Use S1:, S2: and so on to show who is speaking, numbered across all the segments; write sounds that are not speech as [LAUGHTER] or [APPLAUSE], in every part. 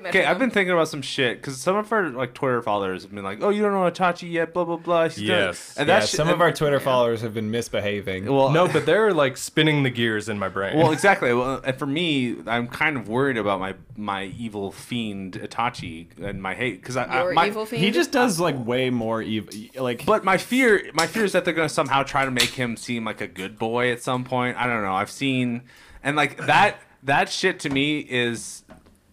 S1: Okay, I've been thinking about some shit because some of our like Twitter followers have been like, "Oh, you don't know Itachi yet?" Blah blah blah. She's done it."
S2: Yes.
S1: and
S3: yeah,
S1: that's
S3: some of our Twitter followers have been misbehaving.
S1: well,
S3: [LAUGHS]
S2: no, but they're like spinning the gears in my
S1: [LAUGHS]
S2: brain.
S4: [LAUGHS]
S1: well, exactly. Well, and for me, I'm kind of worried about my my evil fiend Itachi and my hate because I, I
S5: Your
S1: my,
S5: evil fiend.
S3: he just does like way more evil. Like,
S1: But my fear, my fear is that they're gonna somehow try to make him seem like a good boy at some point. I don't know. I've seen, and like that, that shit to me is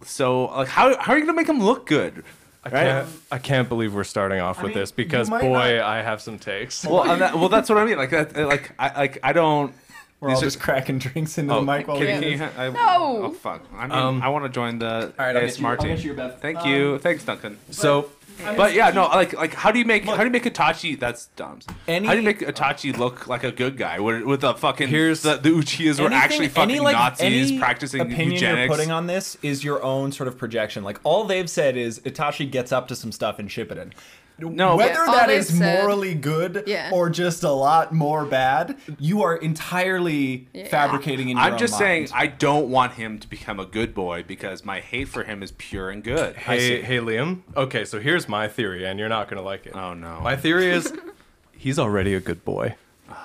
S1: so like how how are you gonna make him look good?
S2: I
S1: right?
S2: can't, I can't believe we're starting off with
S4: mean,
S2: this because
S4: you might
S2: boy, I have some takes.
S1: Well, and that, well, that's what I mean. Like that, like I like I don't.
S3: we're
S1: these
S3: all
S1: are-
S3: just cracking drinks into the
S2: Oh,
S3: mic while we
S1: Oh, Can
S3: do
S1: you-
S3: this.
S1: I-
S5: No.
S1: Oh fuck! I mean,
S2: Um,
S1: I want to join the
S3: right, I'll get you-
S1: ASMR
S3: I'll
S1: team.
S3: get you, Beth.
S1: Thank you, thanks, Duncan.
S2: so
S1: But yeah, no, like like how do you make how do you make Itachi? That's Dom's.
S3: Any-
S1: how do you make Itachi look like a good guy with, with the fucking here's the, the Uchihas were
S3: Anything-
S1: actually fucking
S3: any, like,
S1: Nazis
S3: any
S1: practicing
S3: opinion
S1: eugenics.
S3: you're putting on this is your own sort of projection. Like all they've said is Itachi gets up to some stuff in Shippuden.
S1: No,
S3: whether
S5: all
S3: that
S5: they've
S3: is
S5: said-
S3: morally good
S5: Yeah.
S3: or just a lot more bad, you are entirely fabricating in your
S1: I'm just
S3: own
S1: saying
S3: mind.
S1: I don't want him to become a good boy because my hate for him is pure and good.
S2: hey, hey, Liam. Okay, so here's my theory, and you're not gonna like it.
S1: Oh, no.
S2: My theory
S4: [LAUGHS]
S2: is he's already a good boy.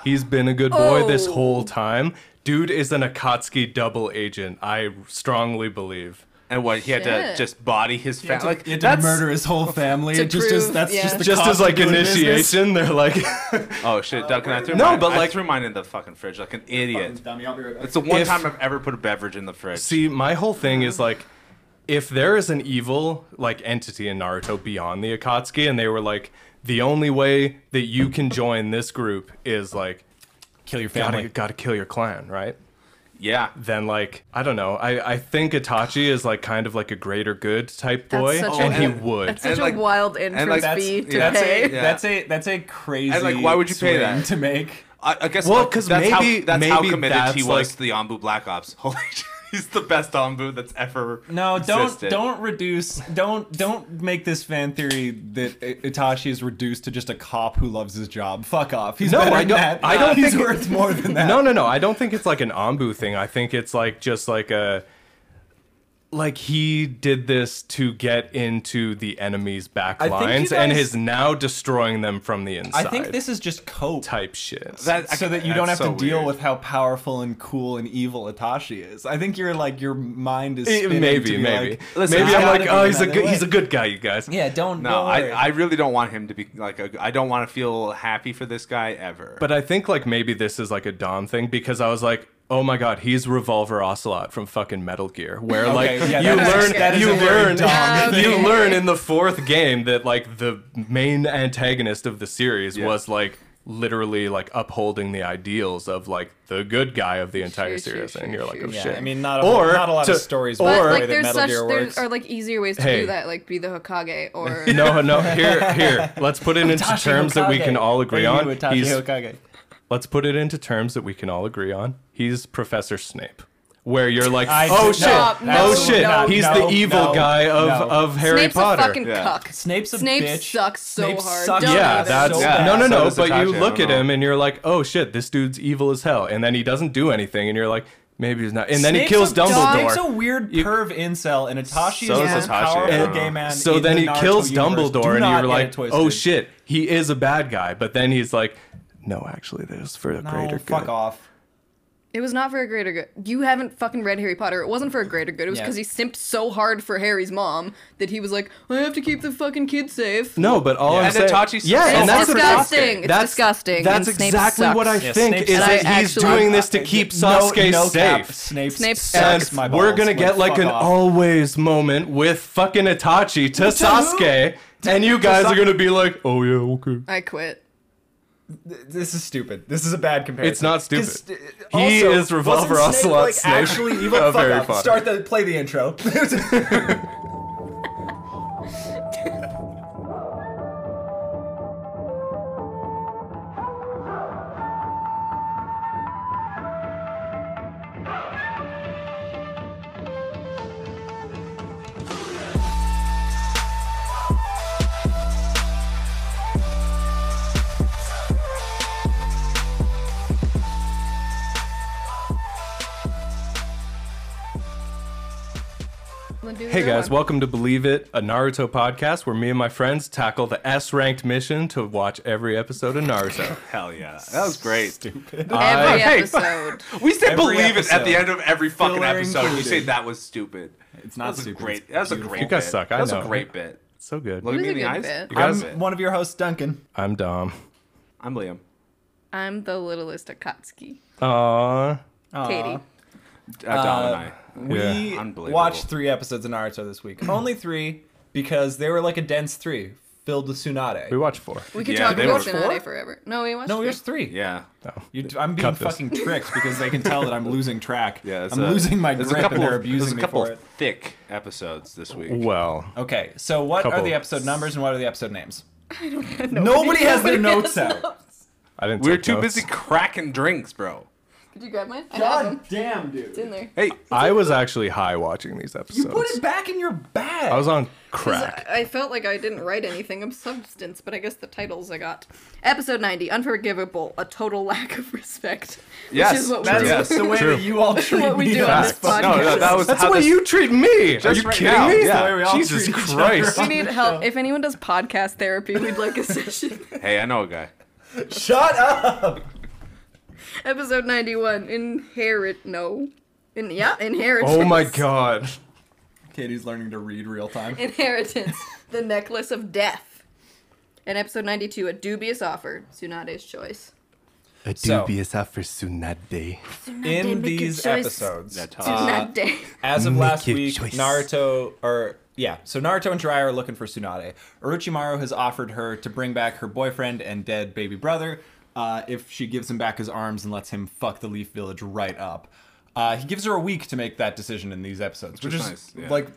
S2: He's been a good boy this
S5: Oh.
S2: whole time. Dude is an Akatsuki double agent. I strongly believe.
S1: and what he had to
S5: Shit.
S1: just body his
S3: You have
S1: family.
S3: to-
S1: Like
S3: you have to
S1: that's
S3: murder his whole family.
S5: To
S3: It just is
S5: prove,
S3: that's
S5: yeah.
S3: just the
S2: Just
S3: cost
S2: as like
S3: of doing business.
S2: initiation, they're like, [LAUGHS]
S1: oh shit, Duncan, I threw
S2: No,
S1: mine,
S2: but,
S1: I
S2: like-
S1: threw mine in the fucking fridge like an idiot.
S3: Dummy, I'll be right back.
S1: It's the one
S2: If-
S1: time I've ever put a beverage in the fridge.
S2: See, my whole thing is like, if there is an evil like entity in Naruto beyond the Akatsuki, and they were like, the only way that you can join this group is like,
S3: Kill your
S2: gotta,
S3: family.
S2: gotta kill your clan, right?
S1: yeah,
S2: Then like, I don't know. I I think Itachi is like kind of like a greater good type
S5: That's
S2: boy,
S5: such a-
S2: and he
S1: and-
S2: would.
S5: That's such
S1: And, like-
S5: a wild entrance
S1: like,
S3: That's,
S5: fee to
S3: that's
S5: pay.
S3: a
S5: [LAUGHS]
S1: Yeah.
S3: that's a that's a crazy
S1: why would you pay
S3: swing
S1: that?
S3: to make?
S1: I, I guess.
S2: Well,
S1: like,
S2: 'cause
S1: that's how-
S2: maybe-
S1: that's how
S2: maybe
S1: committed he
S2: that's,
S1: was
S2: like-
S1: to the Ombu Black Ops. [LAUGHS] Holy shit, he's the best Ombu that's ever.
S3: No, don't
S1: existed.
S3: don't reduce don't don't make this fan theory that I- Itachi is reduced to just a cop who loves his job. Fuck off. He's
S2: No,
S3: better
S2: I
S3: than
S2: don't-
S3: that.
S2: I don't
S3: He's
S2: think-
S3: worth more than that.
S2: [LAUGHS] No, no, no. I don't think it's like an Ambu thing. I think it's like just like a like he did this to get into the enemy's back
S3: I think you
S2: lines and
S3: guys-
S2: is now destroying them from the inside.
S3: I think this is just cope.
S2: type shit.
S1: That-
S3: so
S1: I-
S3: that you
S1: that's
S3: don't have
S1: so
S3: to deal
S1: weird.
S3: with how powerful and cool and evil Itachi is. I think you're like your mind is
S2: It-
S3: spinning to
S2: Eh, maybe,
S3: be
S2: maybe,
S3: like,
S1: Listen,
S2: maybe
S1: I
S2: I'm
S3: gotta
S2: like,
S3: be
S2: oh, he's a
S3: another
S2: good,
S3: way."
S2: he's a good guy, you guys.
S3: yeah, don't
S1: No,
S3: don't
S1: I,
S3: worry.
S1: I really don't want him to be like a, I don't want to feel happy for this guy ever.
S2: But I think like maybe this is like a Dom thing because I was like, oh my god, he's Revolver Ocelot from fucking Metal Gear, where like
S3: Okay, yeah,
S2: you
S3: that is-
S2: learn,
S3: that is
S2: you
S3: a very
S2: learn,
S3: Dom
S5: Yeah, thing.
S2: you
S5: okay.
S2: learn in the fourth game that like the main antagonist of the series
S1: Yeah.
S2: was like literally like upholding the ideals of like the good guy of the
S5: Sure,
S2: entire
S5: sure,
S2: series, and
S5: sure,
S2: you're like,
S5: sure.
S2: oh
S3: yeah,
S2: shit.
S3: I mean not a,
S2: Or
S3: not a lot
S2: to-
S3: of stories
S2: or-
S3: work the
S5: but
S3: way
S5: like
S3: that
S5: there's
S3: Metal
S5: such
S3: Gear
S5: there
S3: works.
S5: are like easier ways to
S2: Hey.
S5: do that, like be the
S2: [LAUGHS]
S5: Hokage or
S2: no, no. Here, here. Let's
S3: [LAUGHS]
S2: put it into
S3: Itachi
S2: terms that we
S3: Hokage.
S2: can all agree
S3: Thank
S2: on.
S3: you, Itachi
S2: He's
S3: Hokage.
S2: let's put it into terms that we can all agree on. He's Professor Snape. Where you're like,
S3: I-
S2: oh
S3: no,
S2: shit,
S5: no,
S2: oh shit,
S5: no,
S2: he's
S3: no,
S2: the evil
S3: no,
S2: guy of,
S3: no.
S2: of Harry
S5: Snape's
S2: Potter.
S5: a fucking
S1: Yeah.
S5: cuck.
S3: Snape's a
S5: Snape
S3: bitch.
S5: sucks so
S3: Snape
S5: hard.
S3: sucks.
S5: Don't
S2: yeah,
S5: even.
S2: that's
S3: So
S1: bad.
S2: no, no,
S1: So
S2: no.
S1: does
S2: but you
S1: Itachi, I
S2: look
S1: don't
S2: at him
S1: know.
S2: and you're like, oh shit, this dude's evil as hell. And then he doesn't do anything, and you're like, maybe he's not. And then he
S3: Snape's
S2: kills
S3: a, Snape's a
S2: Dumbledore.
S3: weird
S2: You-
S3: perv incel, and Itachi
S1: So
S3: is
S5: is
S3: a
S1: Itachi, I
S3: powerful
S1: don't
S3: gay
S1: know.
S3: man.
S2: So
S3: in
S2: then
S3: the
S2: he
S3: Naruto
S2: kills
S3: universe. Do
S2: Dumbledore, and
S3: not
S2: you're
S3: get it
S2: like,
S3: twisted.
S2: oh shit, he is a bad guy. But then he's like, no, actually, there's for a
S3: No,
S2: greater
S3: fuck
S2: good.
S3: off.
S5: It was not for a greater good. You haven't fucking read Harry Potter. It wasn't for a greater good. It was
S3: Yeah.
S5: because he simped so hard for Harry's mom that he was like, I have to keep the fucking kids safe.
S2: No, but all I'm
S1: And
S2: saying,
S1: Itachi's
S2: yeah,
S1: so
S2: and that's the
S1: fucking
S2: thing.
S5: disgusting. It's disgusting,
S2: That's
S5: and Snape
S2: exactly what I
S5: sucks.
S3: Yeah,
S2: think
S3: Snape
S2: is
S3: sucks.
S2: that
S5: And I
S2: he's
S5: actually-
S2: doing this to keep Sasuke
S3: Uh, no, no Cap.
S2: safe.
S3: Snape,
S5: Snape
S2: And
S5: sucks.
S3: sucks my balls.
S2: we're gonna get like
S3: fuck
S2: an
S3: off.
S2: always moment with fucking Itachi to Sasuke, and you guys are gonna be like, oh yeah, okay.
S5: I quit.
S3: This is stupid. This is a bad comparison.
S2: It's not stupid.
S3: 'Cause, uh,
S2: He
S3: also,
S2: is Revolver
S3: wasn't Snape,
S2: Ocelot
S3: like,
S2: Snape Oh,
S3: Actually, evil.
S2: of
S3: Fuck
S2: Harry
S3: off.
S2: Potter.
S3: Start the play the
S2: [LAUGHS]
S3: intro.
S5: Wanna do
S2: Hey
S5: They're
S2: guys,
S5: fun.
S2: welcome to Believe It, a Naruto podcast where me and my friends tackle the S ranked mission to watch every episode of Naruto.
S1: Hell yeah, that was great.
S3: Stupid.
S5: Every
S1: hey.
S5: episode.
S1: We say
S3: Every
S1: believe it at the end
S3: episode.
S1: of every fucking
S3: Filler
S1: episode. You
S3: included.
S1: say that was stupid.
S3: It's not
S1: That's a
S3: stupid,
S1: great.
S3: it's
S1: That's a
S3: beautiful.
S1: great.
S2: You guys
S1: bit.
S2: suck, I
S1: That's a
S2: know.
S1: great bit.
S2: so good.
S1: Look at
S5: was
S1: me
S5: a
S1: in the
S5: good
S1: eyes.
S5: bit.
S1: You guys,
S3: I'm one of your hosts, Duncan.
S2: I'm Dom.
S1: I'm Liam.
S5: I'm the littlest Akatsuki.
S2: Aww.
S5: Katie.
S1: Uh, Dom and
S3: Uh,
S1: I.
S3: We
S2: Yeah.
S1: Unbelievable.
S3: watched three episodes of Naruto this week. [CLEARS THROAT] Only three because they were like a dense three filled with Tsunade.
S2: We watch four.
S5: We could
S1: Yeah,
S5: talk
S1: they
S5: about
S1: were-
S5: Tsunade forever. No, we watched.
S3: no,
S5: it.
S3: there's three.
S1: Yeah.
S2: Oh.
S3: You, I'm being
S2: Cut this.
S3: fucking tricked because they can tell that I'm losing track.
S1: Yeah.
S3: I'm losing my grip and they're
S1: there's
S3: abusing
S1: a
S3: me
S1: couple
S3: for it.
S1: thick episodes this week.
S2: Well,
S3: Okay, so what are
S2: Couple.
S3: the episode numbers and what are the episode names?
S5: [LAUGHS] Nobody,
S3: Nobody has
S5: [LAUGHS]
S3: their notes out.
S2: I didn't.
S1: We were
S2: take
S1: too
S2: notes.
S1: busy cracking drinks, bro.
S5: Did you grab mine? I have them.
S3: damn, dude.
S5: It's in there.
S1: Hey,
S2: I was actually high watching these episodes.
S3: You put it back in your bag.
S2: I was on
S5: 'Cause
S2: crack.
S5: I I felt like I didn't write anything of substance, but I guess the titles I got. Episode 90, Unforgivable, A Total Lack of Respect.
S1: Yes,
S5: which is what we
S1: that's-
S5: do.
S1: yes.
S3: That's the way
S2: True.
S3: that you all treat
S5: what we
S3: me.
S5: do on this
S1: Facts.
S5: podcast.
S1: No, no, that was-
S2: That's
S1: how
S2: the way
S1: this-
S2: you treat me. Are
S1: Just
S2: you
S1: right
S2: kidding
S1: now,
S2: me?
S1: yeah. The way
S3: we all
S2: Jesus
S3: treat each other.
S2: Christ. [LAUGHS]
S5: We need
S3: [LAUGHS]
S5: help. If anyone does podcast therapy, we'd like a session. [LAUGHS]
S1: hey, I know a guy.
S3: Shut up.
S5: Episode 91, Inherit. No. In, yeah, Inheritance.
S2: Oh
S5: [LAUGHS]
S2: my god.
S3: Katie's learning to read real time.
S5: Inheritance, [LAUGHS] The Necklace of Death. And episode 92, A Dubious Offer, Tsunade's Choice.
S2: A
S3: So-
S2: offer Tsunade.
S3: in
S5: make a
S3: these
S5: choice.
S3: episodes,
S1: That's hot.
S3: Uh,
S5: Tsunade.
S3: as of
S2: Make
S3: last
S2: your
S3: week,
S2: choice.
S3: Naruto or yeah, so Naruto and Jiraiya are looking for Tsunade. Orochimaru has offered her to bring back her boyfriend and dead baby brother uh, if she gives him back his arms and lets him fuck the Leaf Village right up. Uh, he gives her a week to make that decision in these episodes, which,
S1: is
S3: is
S1: nice, yeah.
S3: like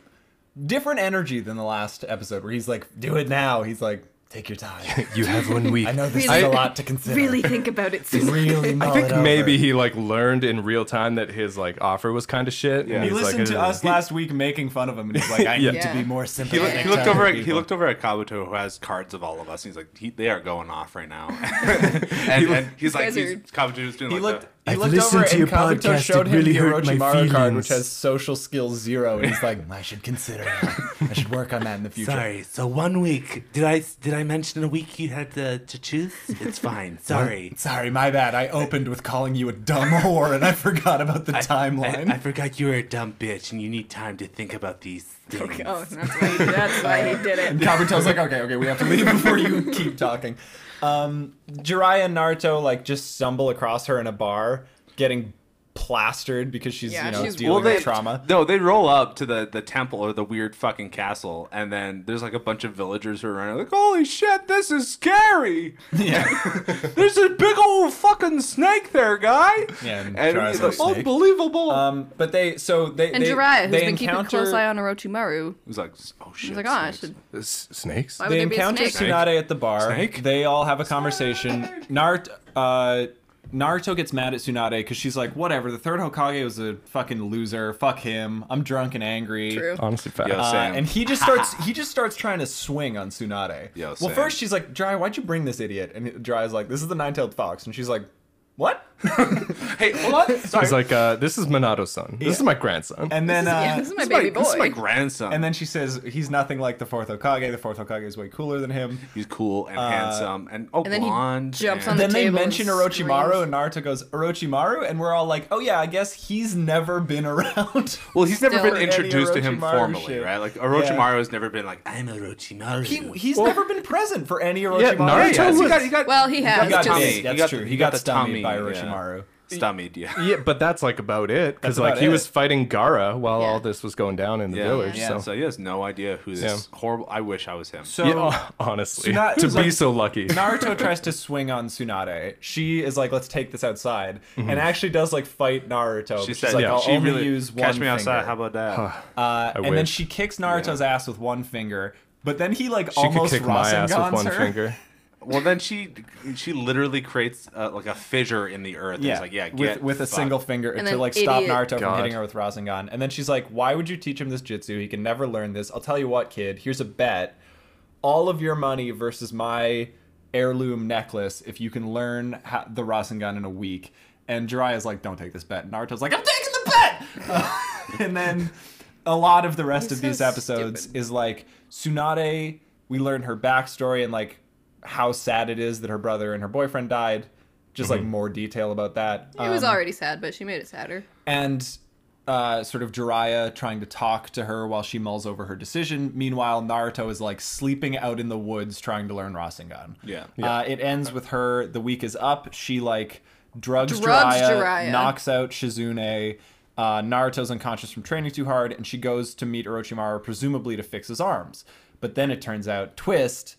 S3: different energy than the last episode where he's like, "Do it now." He's like, "Take your time."
S2: [LAUGHS] You have one week.
S3: I know this
S5: Really?
S3: is a lot to consider.
S5: really think about
S3: [LAUGHS]
S5: it, Tsunade.
S3: really. mull
S2: I think
S3: it over.
S2: maybe he like learned in real time that his like offer was kind of shit.
S1: Yeah.
S2: and
S1: He
S3: He
S2: he's
S3: listened
S2: like, uh,
S3: to
S2: "Ugh."
S3: us last week making fun of him, and he's like, "I
S2: Yeah.
S3: need to
S5: Yeah.
S3: be more
S1: He, look,
S3: sympathetic."
S1: he looked
S3: to
S1: over.
S3: other
S1: At, he
S3: people."
S1: looked over at Kabuto, who has cards of all of us. And he's like, he, they are going off right
S4: [LAUGHS]
S1: now. and, and he's like,
S5: guys
S1: he's,
S5: are-
S1: Kabuto's doing
S3: He
S1: like
S3: looked.
S1: the-
S3: He
S2: I've
S3: looked
S2: listened
S3: over
S2: to
S3: and
S2: your
S3: Kabuto
S2: podcast,
S3: showed
S2: it
S3: him
S2: really
S3: the
S2: hurt my
S3: Orochimaru card,
S2: feelings.
S3: which has social skill zero, and he's like, "I should consider. It. I should work on that in the future."
S4: Sorry. So one week. Did I did I mention a week you had to, to choose? It's fine. Sorry.
S3: Sorry, my bad. I opened with calling you a dumb whore, and I forgot about the timeline.
S4: I, I forgot you were a dumb bitch and you need time to think about these things.
S5: Oh, that's why, he, that's why he did
S3: And
S5: it.
S3: Kabuto's like, okay, okay, we have to leave before you keep talking. Um, Jiraiya and Naruto like just stumble across her in a bar, getting plastered because she's
S5: Yeah,
S3: you know
S5: she's-
S3: dealing
S5: Well,
S3: with trauma.
S1: No, they roll up to the, the temple or the weird fucking castle, and then there's like a bunch of villagers who are running like, "Holy shit, this is scary!
S3: Yeah,
S1: [LAUGHS] There's a big old fucking snake there, guy!"
S3: Yeah, and
S1: and
S3: Jiraiya's
S1: he's
S3: like,
S1: like,
S3: "Snake."
S1: "Unbelievable!"
S3: um, but they so they
S5: And
S3: they,
S5: Jiraiya, who's
S3: they
S5: been keeping a
S3: encounter-
S5: close eye on Orochimaru,
S1: he's like, "Oh shit!"
S5: was like, oh, I
S1: snakes."
S5: should.
S2: S- Snakes?
S5: Why would
S3: They
S5: there be a
S3: encounter
S5: snake?
S3: Tsunade at the bar.
S1: Snake?
S3: They all have a conversation. Naruto, uh, Naruto gets mad at Tsunade because she's like, whatever, the third Hokage was a fucking loser. Fuck him. I'm drunk and angry.
S5: True.
S2: Honestly, fast.
S1: Yeah.
S3: Uh,
S1: Same.
S3: and he just starts he just starts trying to swing on Tsunade.
S1: Yo,
S3: well,
S1: same.
S3: first she's like, Dry, why'd you bring this idiot? And Dry's like, this is the nine-tailed fox. And she's like,
S1: [LAUGHS]
S3: what?
S5: [LAUGHS]
S1: Hey, hold on. Sorry.
S2: [LAUGHS] He's like, uh, this is Minato's son. This is my grandson.
S3: And then uh,
S5: yeah, this is my
S1: this is
S5: baby
S1: my, This is my
S5: boy.
S1: grandson.
S3: and then she says he's nothing like the fourth Hokage. The fourth Hokage is way cooler than him.
S1: he's cool and handsome and oh,
S5: and then he
S1: blonde.
S5: jumps
S1: and-
S5: on the
S3: then they
S5: table
S3: mention
S5: and
S3: Orochimaru,
S5: screams.
S3: and Naruto goes Orochimaru, and we're all like, "Oh yeah, I guess he's never been [LAUGHS] around."
S1: Well, he's never
S5: Still-
S1: been
S5: Any
S1: introduced to him
S3: Orochimaru
S1: formally,
S3: shit.
S1: right? Like Orochimaru has never been like,
S4: I'm Orochimaru.
S3: he, he's never been present for any Orochimaru.
S2: Yeah, Naruto
S1: Oh, Yeah,
S2: was-
S1: he got, he got,
S5: Well, he has,
S1: got
S5: just-
S1: tummy.
S5: Yes,
S1: He
S3: that's
S1: got-
S3: true.
S1: He
S3: He
S1: got,
S3: got
S1: the
S3: stummied
S1: tummy
S3: by
S1: yeah.
S3: Orochimaru.
S1: Stummied, yeah.
S2: yeah, but that's like about it. Because like
S3: about
S2: he
S3: it.
S2: was fighting Gara while
S5: Yeah.
S2: all this was going down in the
S1: Yeah.
S2: village.
S1: Yeah.
S2: So,
S1: So he has no idea who this horrible. I wish I was him.
S3: So
S2: Yeah, [LAUGHS] oh, honestly,
S3: Tsunade-
S2: to
S3: who's
S2: be
S3: like-
S2: so lucky.
S3: Naruto tries to swing on Tsunade. She is like, "Let's take this outside,"
S2: Mhm.
S3: and actually does like fight Naruto.
S1: she
S3: She's
S1: said,
S3: like,
S1: yeah,
S3: "I'll
S1: she
S3: only
S1: really
S3: use one
S1: catch me outside.
S3: finger."
S1: How about that?
S3: uh, and then
S2: wish.
S3: she kicks Naruto's ass with one finger, but then he like
S2: she could
S3: almost
S2: kick my ass with
S3: Rasengan's
S2: one
S3: her.
S2: finger.
S1: well, then she she literally creates uh, like a fissure in the earth. Yeah.
S3: Yeah,
S1: It's like, yeah,
S3: with
S1: get
S3: with a
S1: fucked.
S3: single finger to
S5: then
S3: like stop
S5: idiot-
S3: Naruto from
S2: God.
S3: hitting her with Rasengan. And then she's like, "Why would you teach him this jutsu? He can never learn this. I'll tell you what, kid. Here's a bet: all of your money versus my heirloom necklace. If you can learn ha- the Rasengan in a week." [LAUGHS] And Jiraiya's like, "Don't take this bet." And Naruto's like, "I'm taking the bet." Uh, and then. a lot of the rest
S5: He's
S3: of
S5: so
S3: these episodes
S5: stupid.
S3: is like Tsunade. We learn her backstory and like how sad it is that her brother and her boyfriend died. Just like more detail about that.
S5: It was already sad, but she made it sadder.
S3: and uh, sort of Jiraiya trying to talk to her while she mulls over her decision. Meanwhile, Naruto is like sleeping out in the woods trying to learn Rasengan.
S1: Yeah.
S3: Uh, it ends with her. The week is up. She like drugs,
S5: Drugs
S3: Jiraiya,
S5: Jiraiya.
S3: knocks out Shizune. Uh, Naruto's unconscious from training too hard, and she goes to meet Orochimaru, presumably to fix his arms. But then it turns out, twist,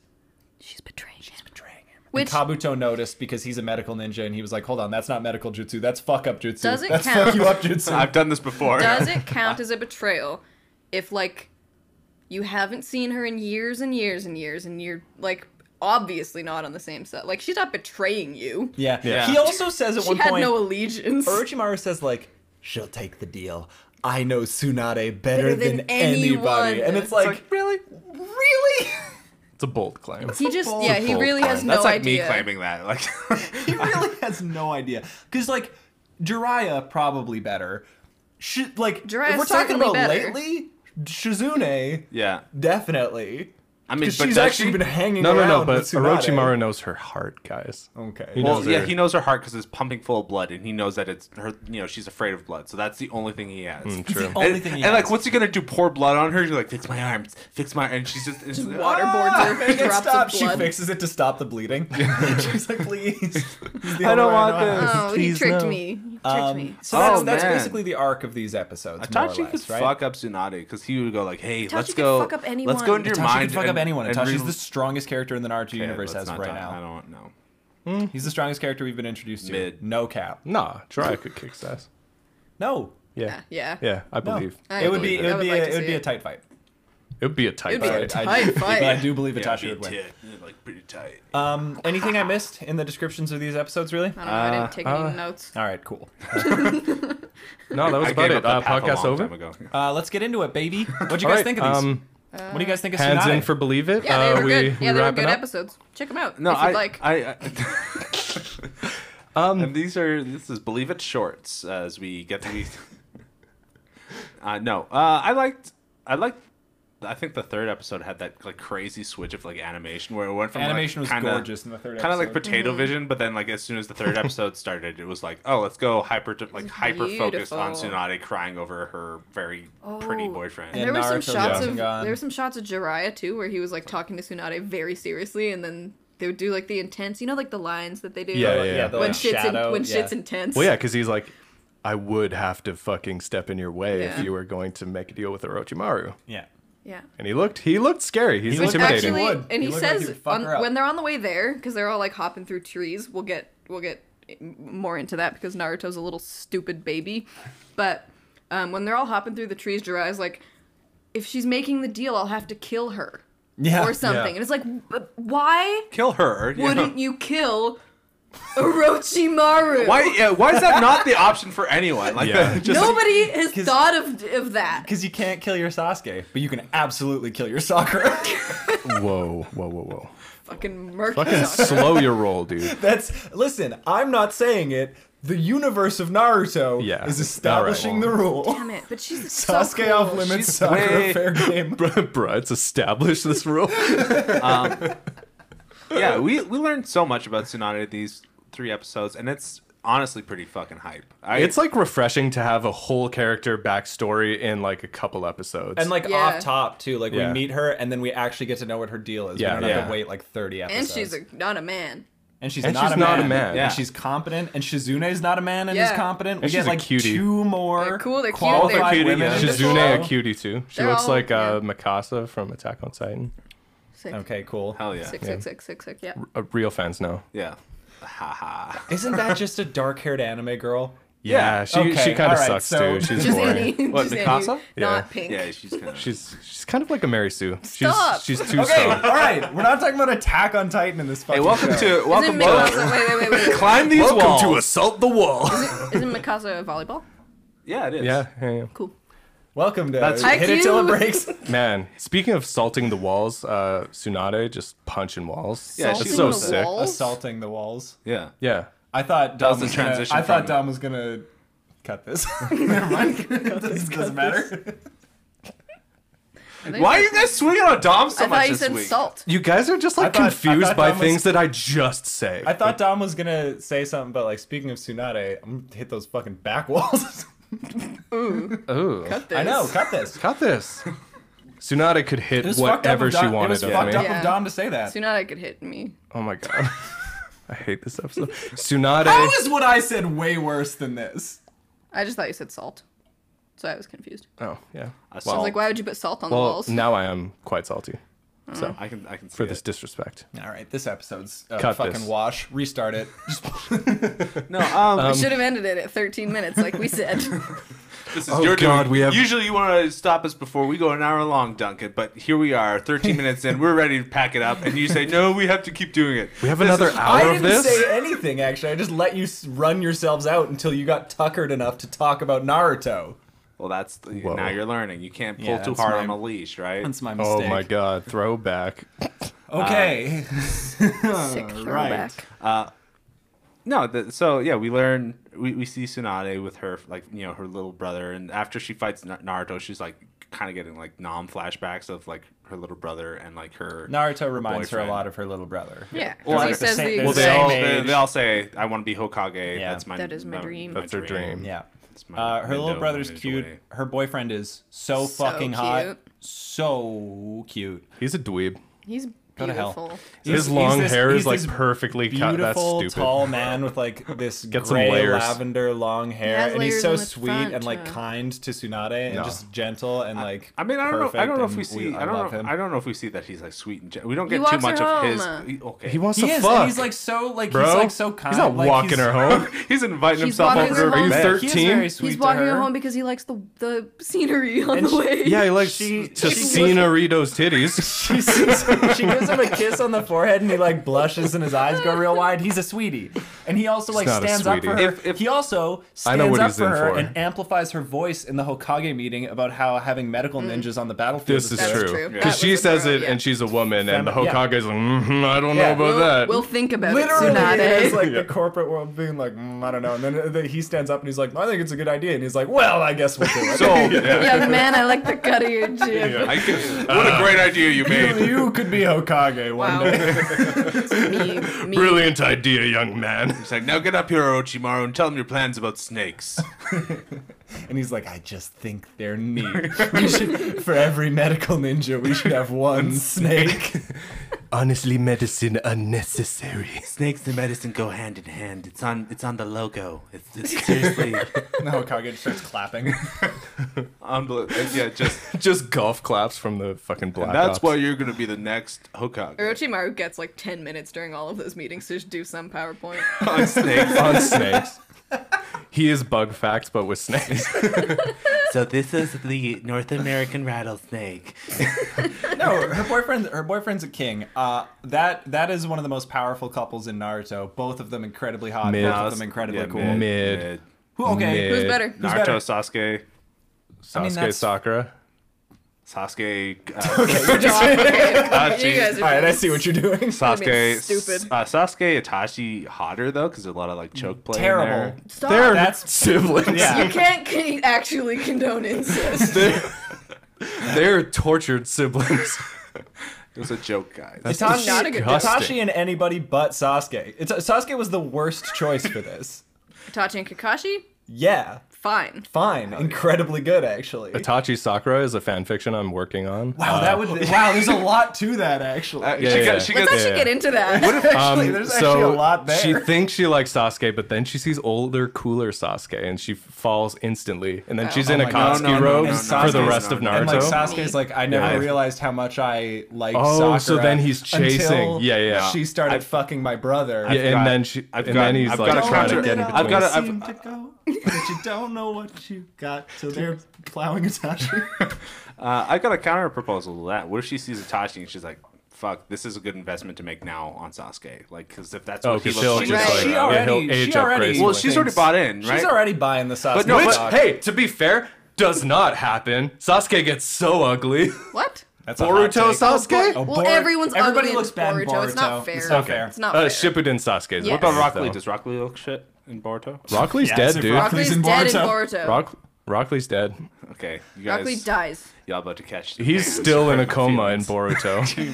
S5: She's betraying him.
S3: betraying him.
S5: Which-
S3: Which Kabuto noticed because he's a medical ninja, and he was like, "Hold on, that's not medical jutsu. That's fuck up jutsu.
S5: Does it
S3: that's
S5: count?
S3: fuck you up jutsu."
S1: I've done this before.
S5: Does it count as a betrayal if like you haven't seen her in years and years and years and you're like obviously not on the same set? Like she's not betraying you.
S3: Yeah.
S1: Yeah.
S3: He also says at
S5: She
S3: one
S5: had
S3: point,
S5: no allegiance.
S3: Orochimaru says like, "She'll take the deal. I know Tsunade better,
S5: Better
S3: than,
S5: than
S3: anybody."
S5: anyone.
S3: And it's like,
S1: really?
S3: really? [LAUGHS]
S2: It's a bold claim.
S5: He just yeah, he
S2: Bold
S5: really
S1: [LAUGHS]
S5: has no
S1: That's like
S5: idea.
S1: me claiming that.
S3: [LAUGHS]
S1: Like, [LAUGHS]
S3: he really has no idea. Because like, Jiraiya probably better. Sh- like,
S5: Jiraiya's
S3: if we're talking
S5: certainly
S3: about
S5: better.
S3: lately, Shizune
S1: yeah.
S3: definitely.
S1: I mean,
S3: Because
S1: but
S3: she's
S1: does
S3: actually
S1: she-
S3: been hanging
S2: No, no,
S3: around
S2: no. But
S3: with Tsunade.
S2: Orochimaru knows her heart, guys. Mm,
S3: Okay.
S2: He
S1: Well,
S2: knows
S1: yeah,
S2: her-
S1: he knows her heart because it's pumping full of blood, and he knows that it's her. You know, she's afraid of blood, so that's the only thing he has.
S3: Hmm,
S2: Mm, true.
S3: only
S1: and,
S3: thing he
S1: and, like,
S3: has.
S1: what's he gonna do? Pour blood on her? You're like, fix my arms, fix my, and she's just, it's just
S5: waterboards [LAUGHS]
S3: Ah,
S5: her with
S3: make it
S5: drops of
S3: stop. She
S5: blood.
S3: fixes it to stop the bleeding.
S1: [LAUGHS]
S3: She's like, please.
S1: I don't want
S3: this.
S1: this.
S5: Oh, he
S2: Please,
S5: tricked
S2: no.
S5: me. He tricked me.
S3: Um, so
S1: Oh,
S3: that's, that's
S1: man.
S3: basically the arc of these episodes. more
S1: Itachi
S3: or
S1: could
S3: less, right?
S1: fuck up Tsunade because he would go like, "Hey,
S5: Itachi
S1: let's
S5: could
S1: go,
S5: fuck up anyone.
S1: let's go into your
S3: Itachi
S1: mind
S3: could fuck
S1: and,
S3: up anyone.
S1: and
S3: Itachi's
S1: re-
S3: the strongest character in the Naruto
S1: Okay,
S3: universe
S1: let's
S3: as of
S1: not
S3: right
S1: talk- I
S3: now.
S1: don't know.
S3: He's the strongest character we've been introduced to.
S1: Mid.
S3: No cap.
S2: Nah, Jiraiya could kick his ass.
S3: No.
S2: Yeah.
S5: Yeah.
S2: Yeah, I
S3: No.
S2: believe.
S5: I
S3: It would be.
S5: believe
S3: It
S5: it. I
S3: would
S5: would
S3: be.
S5: like
S3: a-
S5: to
S3: It would
S5: see
S3: be a
S5: it.
S3: tight fight.
S2: It would be a tight
S5: It'd be a
S2: fight.
S3: But I-
S5: tight
S3: but
S5: fight.
S3: I do believe
S1: Yeah,
S3: Itachi
S1: be
S3: would win.
S1: tight. Yeah, like pretty tight.
S3: Um, anything I missed in the descriptions of these episodes, really?
S5: I don't know. I didn't take any notes.
S3: All right, cool.
S2: No, that was
S1: I
S2: about
S1: gave
S2: it.
S1: up that
S2: Uh,
S1: path a
S2: podcast
S1: long
S2: over.
S1: time ago.
S3: Uh, let's get into it, baby. What do you
S2: All
S3: guys
S2: right,
S3: think of these?
S2: Um,
S3: what do you guys think of
S2: hands in
S3: Tsunade?
S2: for believe it.
S5: Yeah, they
S2: uh,
S5: were
S2: we,
S5: good. Yeah,
S2: we
S5: they were
S2: wrapping
S5: good
S2: up.
S5: episodes. Check them out
S1: No,
S5: if you'd
S1: I
S5: like. [LAUGHS]
S1: I. [LAUGHS] Um, I and these are this is believe it shorts as we get to these. [LAUGHS] uh, no, uh, I liked I liked. I think the third episode had that like crazy switch of like animation where it went from
S3: Animation was
S1: like, kinda,
S3: gorgeous in the third.
S1: Kind of like
S3: episode.
S5: Mm-hmm.
S1: potato vision, but then like as soon as the [LAUGHS] third episode started, it was like, oh, let's go hyper like hyper focused on
S5: beautiful.
S1: Tsunade crying over her very pretty
S5: Oh.
S1: boyfriend.
S5: And there were some
S3: Naruto
S5: shots of
S3: Rasengan.
S5: there were some shots of Jiraiya too, where he was like talking to Tsunade very seriously, and then they would do like the intense, you know, like the lines that they do.
S2: Yeah,
S5: like,
S2: yeah, yeah.
S3: the,
S5: When
S3: like,
S5: shit's in,
S3: shadow,
S5: when
S3: yeah.
S5: shit's intense.
S2: Well, yeah, because he's like, I would have to fucking step in your way if
S5: Yeah.
S2: you were going to make a deal with Orochimaru.
S3: Yeah.
S5: Yeah.
S2: And he looked, he looked scary. He's
S3: He looked
S2: intimidating.
S5: Actually,
S3: would.
S5: and he,
S3: He looked like he
S5: says
S3: would fuck
S5: on-
S3: her up.
S5: when they're on the way there, because they're all like hopping through trees. We'll get we'll get more into that because Naruto's a little stupid baby. But um, when they're all hopping through the trees, Jiraiya's like, "If she's making the deal, I'll have to kill her
S3: Yeah.
S5: or something." And it's like, "W- why
S1: Kill her. yeah.
S5: wouldn't you kill Orochimaru?
S1: Why? Yeah, why is that not the option for anyone? Like,
S5: [LAUGHS]
S2: Yeah.
S1: just
S5: Nobody has
S3: 'Cause-
S5: thought of of that.
S3: Because you can't kill your Sasuke, but you can absolutely kill
S5: [LAUGHS]
S3: your Sakura.
S2: whoa, whoa, whoa, whoa.
S5: Fucking murk
S2: Fucking slow your roll, dude.
S3: That's listen. I'm not saying it. The universe of Naruto
S2: Yeah,
S3: is
S2: it's
S3: establishing
S2: alright.
S3: the rule.
S5: Damn it! But she's so
S3: Sasuke
S5: cool.
S3: off limits,
S1: She's
S3: Sakura
S1: way-
S3: fair game.
S2: Bruh, [LAUGHS] bruh, it's established this rule.
S1: yeah, we we learned so much about Tsunade these three episodes, and it's honestly pretty fucking hype. I,
S2: It's like refreshing to have a whole character backstory in like a couple episodes.
S3: And like
S5: Yeah.
S3: off top too, like
S2: Yeah.
S3: we meet her and then we actually get to know what her deal is.
S2: Yeah,
S3: we don't have
S1: yeah.
S3: to wait like 30
S5: And
S3: episodes.
S5: she's a, not a man.
S3: and she's
S2: And
S3: not
S2: she's
S3: a
S2: not a
S3: man.
S2: man.
S1: Yeah.
S3: And she's competent. And Shizune's not a man and is
S5: Yeah.
S3: competent. we
S2: And
S3: get
S2: she's a
S3: like
S2: cutie.
S3: two more
S5: They're cool, they're cute, they're
S3: qualified
S1: cute,
S3: women.
S1: yeah.
S3: in this
S5: Shizune's
S2: Shizune,
S3: show.
S2: a cutie too. She
S5: They're
S2: looks
S5: all-
S2: like uh,
S5: yeah.
S2: Mikasa from Attack on Titan.
S5: Sick.
S3: Okay, cool.
S1: hell yeah,
S5: Sick, sick, sick, sick, sick. Yeah.
S2: Uh, real fans know.
S1: yeah, ha ha.
S3: Isn't that just a dark-haired anime girl?
S2: Yeah,
S1: Yeah,
S2: she
S3: okay,
S2: she kind
S3: all
S2: of
S3: right,
S2: sucks
S3: so-
S2: too. She's
S5: Just
S2: boring.
S5: Annie.
S1: What,
S5: just Annie,
S1: Mikasa?
S5: not
S2: Yeah.
S5: pink.
S1: Yeah, she's kind of.
S2: She's she's kind of like a Mary Sue.
S5: Stop.
S2: She's she's too
S3: Okay, [LAUGHS] all
S2: stoned.
S3: right. We're not talking about Attack on Titan in this
S1: Hey,
S3: fucking
S1: welcome
S3: show.
S1: to welcome
S5: Isn't Mikasa?
S1: to
S5: Wait, wait, wait,
S1: [LAUGHS]
S5: wait.
S1: climb these walls.
S2: assault the wall.
S5: Isn't Mikasa a volleyball?
S1: yeah, it is.
S2: yeah, yeah, yeah.
S5: Cool.
S3: Welcome to
S1: That's-
S3: Hit It Till It
S5: IQ. [LAUGHS]
S3: Breaks.
S2: man. Speaking of salting the walls, uh, Tsunade just punching walls.
S1: Yeah,
S2: it's
S1: she's
S2: so
S1: Salting the
S2: sick.
S5: wall? Walls?
S3: Assaulting the walls.
S1: yeah.
S2: Yeah,
S3: I thought Dom
S1: was the
S3: was gonna,
S1: transition
S3: I
S1: from
S3: thought
S5: [LAUGHS]
S1: it.
S3: [LAUGHS] Dom was gonna cut this. Never mind. this doesn't matter.
S5: I think
S1: Why are
S5: I-
S1: you guys swinging on Dom so
S5: I
S1: much
S5: thought you
S1: this
S5: said
S1: week?
S5: salt.
S2: You guys are just like
S3: thought- I
S2: confused
S3: thought
S2: by
S3: Dom was-
S2: things that I just say.
S3: I thought Dom was gonna say something, but like speaking of Tsunade, I'm gonna hit those fucking back walls. [LAUGHS]
S5: Ooh,
S2: Ooh,
S5: cut this.
S3: I know, cut this.
S2: got this. [LAUGHS] Tsunade could hit
S3: It was fucked up
S2: whatever
S3: of
S2: she
S3: Dom- it
S2: wanted
S3: was
S2: of
S3: fucked
S2: me.
S3: up
S5: Yeah.
S3: of Dom to say that.
S5: Tsunade could hit me.
S2: Oh my god, [LAUGHS] I hate this episode. Tsunade.
S3: How is what I said way worse than this?
S5: I just thought you said salt, so I was confused.
S2: oh yeah.
S5: I
S1: Salt.
S5: was like, why would you put salt on the
S2: Well,
S5: walls?
S2: now I am quite salty
S1: I can I can see
S2: Mm. for
S1: it.
S2: this disrespect.
S3: All right, this episode's a
S2: Cut
S3: fucking
S2: this.
S3: wash. Restart
S2: [LAUGHS]
S3: it. Just-
S1: No, um,
S2: Oh,
S5: we should have ended it at 13 minutes, like we
S1: [LAUGHS]
S5: said.
S1: this is
S2: Oh,
S1: your
S2: God,
S1: doing.
S2: we have-
S1: Usually you want to stop us before we go an hour long, Duncan. But here we are, 13 minutes in. We're ready to pack it up, and you say no, we have to keep doing it.
S2: We have another
S3: I
S2: hour of
S3: didn't
S2: this.
S3: say anything actually. I just let you s- run yourselves out until you got tuckered enough to talk about Naruto.
S1: Well, that's now you're learning. You can't pull
S3: Yeah,
S1: too
S3: that's
S1: hard
S3: my-
S1: on a leash, right?
S3: That's my mistake.
S2: oh my god, throwback.
S3: Okay.
S5: Sick
S3: All
S5: throwback.
S1: No, the, so yeah, we learn we, we see Tsunade with her like you know her little brother, and after she fights Na- Naruto, she's like kind of getting like nom flashbacks of like her little brother and like her.
S3: Naruto reminds her
S1: boyfriend.
S3: a lot of her little brother.
S5: Yeah,
S1: Well,
S5: well, he
S1: they're
S5: says
S3: the
S5: the
S3: same-
S5: exact.
S1: Well, they
S3: Same
S1: all they,
S3: age.
S1: they all say, "I want to be Hokage."
S3: Yeah.
S1: That's my
S5: That is my dream.
S2: That's her dream.
S3: Yeah.
S1: That's my
S3: Uh, her little
S1: window
S3: brother's
S1: into
S3: cute.
S1: it.
S3: Her boyfriend is so,
S5: So
S3: fucking hot.
S5: cute.
S3: So cute.
S2: He's a dweeb.
S5: He's
S3: Go to hell.
S5: beautiful.
S2: His
S3: He's-
S2: long
S3: he's this-
S2: hair is
S3: he's
S2: like
S3: this
S2: perfectly cut. That's
S3: Beautiful,
S2: stupid.
S3: tall man with
S2: [LAUGHS]
S3: like this
S2: Get some
S3: gray
S2: layers.
S3: lavender long hair,
S5: has
S3: and he's
S5: layers
S3: so
S5: on the
S3: sweet
S5: front,
S3: and like
S5: huh?
S3: kind to Tsunade, and
S2: No.
S3: just gentle and like.
S1: I mean, I don't know. I
S3: perfect,
S1: don't know if we
S3: and
S1: see. I
S3: love
S1: don't know.
S3: him.
S1: I don't know if we see that he's like sweet and. gen- We don't
S5: He
S1: get too
S5: walks
S1: much
S5: her
S1: of his.
S5: home.
S1: he- Okay.
S2: He wants
S3: He
S2: to
S3: is,
S2: fuck.
S3: and he's like so like
S2: bro.
S3: he's like so kind.
S2: He's not
S3: like,
S2: walking
S3: he's-
S2: her home.
S3: [LAUGHS]
S1: he's inviting
S5: She's
S1: himself
S5: walking
S1: over
S5: her
S1: to
S5: home.
S1: her
S5: He's
S1: bed.
S2: thirteen.
S3: He is very sweet
S5: He's
S3: to
S5: walking
S3: her.
S5: home because he likes the the scenery on
S3: And
S5: the
S3: she-
S5: way.
S2: yeah, he likes
S3: She-
S2: to
S3: she-
S2: see Naruto's titties.
S3: [LAUGHS]
S2: [LAUGHS]
S3: she, sees, she gives him a kiss on the forehead and he like blushes and his eyes go real wide. He's a sweetie. And he also like
S2: not a
S3: stands up for
S2: sweetie.
S3: her.
S1: If- if-
S3: he also
S2: I
S3: stands
S2: know what
S3: up
S2: he's
S3: for
S2: in
S3: her
S2: for.
S3: and amplifies her voice in the Hokage meeting about how having medical
S5: Mm.
S3: ninjas on the battlefield
S2: This is
S5: That's
S3: good.
S2: true.
S5: true.
S1: That
S2: Because
S5: was
S2: she
S5: a
S2: says
S5: throw,
S2: it,
S5: yeah.
S2: and she's a woman, and the
S3: Femi- yeah.
S2: Hokage's like, mm I don't
S3: Yeah.
S2: know about
S5: we'll,
S2: that. [LAUGHS]
S5: we'll think about
S3: Literally,
S5: it. Tsunade.
S3: it's like the corporate world being like, mm, I don't know. And then uh, the, he stands up and he's like, I think it's a good idea. And he's like, Well, I guess we'll do it.
S2: [LAUGHS]
S1: So
S5: [LAUGHS] Young man, I like the cut of your jib.
S1: I can- [LAUGHS] uh, what a great idea you made.
S3: [LAUGHS]
S1: [LAUGHS]
S3: you could be Hokage one
S5: Wow.
S3: day.
S5: me, me.
S2: Brilliant idea, young man.
S1: It's like now get up here, Orochimaru, and tell him your plans about [LAUGHS] snakes.
S3: And he's like, I just think they're neat. We should, for every medical ninja, we should have
S2: [LAUGHS]
S3: one snake.
S2: Honestly, medicine unnecessary.
S4: Snakes and medicine go hand in hand. It's on. It's on the logo.
S3: [LAUGHS]
S4: It's, it's seriously.
S3: No, Hokage starts clapping.
S1: Unbelievable. uh, Yeah, just
S2: [LAUGHS] Just golf claps from the fucking black.
S1: that's
S2: Ops.
S1: why you're gonna be the next Hokage [LAUGHS]
S5: Orochimaru gets like 10 minutes during all of those meetings to just do some
S3: [LAUGHS]
S5: PowerPoint.
S1: on snakes.
S2: [LAUGHS] on snakes. He is bug facts, but with snakes.
S4: so this is the North American rattlesnake.
S3: [LAUGHS] no, her boyfriend, her boyfriend's a king. Uh, that that is one of the most powerful couples in Naruto. Both of them incredibly hot.
S2: Mid.
S3: Both of them incredibly
S1: Yeah,
S3: cool.
S2: mid.
S3: Who? Okay.
S2: Mid.
S5: Who's better?
S1: Naruto,
S3: better?
S1: Sasuke,
S2: Sasuke,
S3: I mean, that's-
S2: Sakura.
S1: Sasuke, uh,
S5: Okay,
S1: geez.
S5: you guys are
S3: All right, I see what you're doing.
S5: That'd be
S1: Sasuke,
S5: stupid.
S1: Uh, Sasuke, Itachi, hotter though, because there's a lot of like choke play. in
S3: Terrible.
S1: there.
S5: Stop.
S2: They're
S3: That's-
S2: siblings.
S5: You
S3: [LAUGHS] Yeah.
S5: can't con- actually condone
S3: [LAUGHS]
S5: incest.
S2: They're, [LAUGHS] they're tortured siblings. [LAUGHS]
S1: It was a joke, guys.
S2: That's
S3: Itachi,
S5: not a good-
S2: disgusting.
S3: Itachi and anybody but Sasuke. It's, Sasuke was the worst choice for this.
S5: Itachi and Kakashi?
S3: Yeah,
S5: Fine.
S3: fine, incredibly good actually.
S2: Itachi Sakura is a fan fiction I'm working on. Uh,
S3: Wow, that would wow. There's a lot to that actually.
S1: Uh,
S2: Yeah,
S1: she
S2: yeah, yeah.
S1: got, she
S5: Let's
S1: got,
S5: actually
S2: yeah.
S5: get into that.
S3: [LAUGHS] actually,
S2: Um,
S3: there's
S2: so
S3: actually a lot there.
S2: She thinks she likes Sasuke, but then she sees older, cooler Sasuke, and she falls instantly. And then
S5: Oh.
S2: she's
S5: Oh
S2: in a
S1: my God.
S2: Kotsky
S1: No, no, no,
S2: robe
S1: no,
S3: no,
S2: for the
S3: no,
S2: rest
S1: no,
S2: of
S1: no.
S2: Naruto.
S3: And like Sasuke's like, I never
S2: Yeah.
S3: realized how much I like.
S2: Oh, so
S3: Sakura
S2: then he's chasing.
S3: until
S2: Yeah, yeah.
S3: She started fucking my brother.
S2: yeah, and
S1: got-
S2: then she,
S1: I've
S2: and
S1: got-
S2: then he's
S1: I've
S2: like
S1: got a
S2: trying to
S1: counter-
S2: get in between.
S1: I've got a- I've-
S3: Seem to go, but you don't know what you got till they're plowing Itachi.
S2: [LAUGHS]
S1: uh, I got a counter proposal to that. What if she sees Itachi and she's like, "Fuck, this is a good investment to make now on Sasuke." Like, because if that's
S2: Oh,
S1: what he
S2: 'cause
S1: looks
S2: he'll
S1: like,
S2: just,
S1: now-
S2: like,
S3: she
S2: yeah,
S3: already,
S2: he'll age
S3: she oh
S2: up
S3: already.
S2: gracefully.
S1: well, she's already bought in, right?
S3: She's already buying the Sasuke.
S1: But no,
S2: Which,
S3: dog.
S2: hey, to be fair, does not happen. Sasuke gets so ugly.
S5: what?
S3: That's a hot
S2: Boruto
S3: take.
S2: Sasuke?
S3: Oh,
S5: well,
S3: Boru-
S5: everyone's
S3: everybody
S5: ugly in
S3: looks bad in
S5: Boruto. It's not
S3: Boruto.
S5: fair.
S3: It's not fair.
S5: It's not fair.
S2: uh, Shippuden Sasuke. is
S5: Yes.
S2: What
S5: What
S1: About
S2: about
S1: Rock Lee?
S2: Rock
S1: Does Rock Lee look shit in Boruto?
S2: Lee's
S3: Yeah,
S2: dead,
S3: so
S2: dude.
S3: Rock-
S5: Rockley's
S3: Rockley's in
S5: dead in
S3: Boruto.
S5: Boruto.
S2: Rock Rockley's dead.
S1: Okay, you guys,
S5: Rockley dies.
S1: y'all about to catch. the
S2: He's
S1: man.
S2: still in
S1: [LAUGHS]
S2: a
S1: Few
S2: coma in
S1: minutes.
S2: Boruto.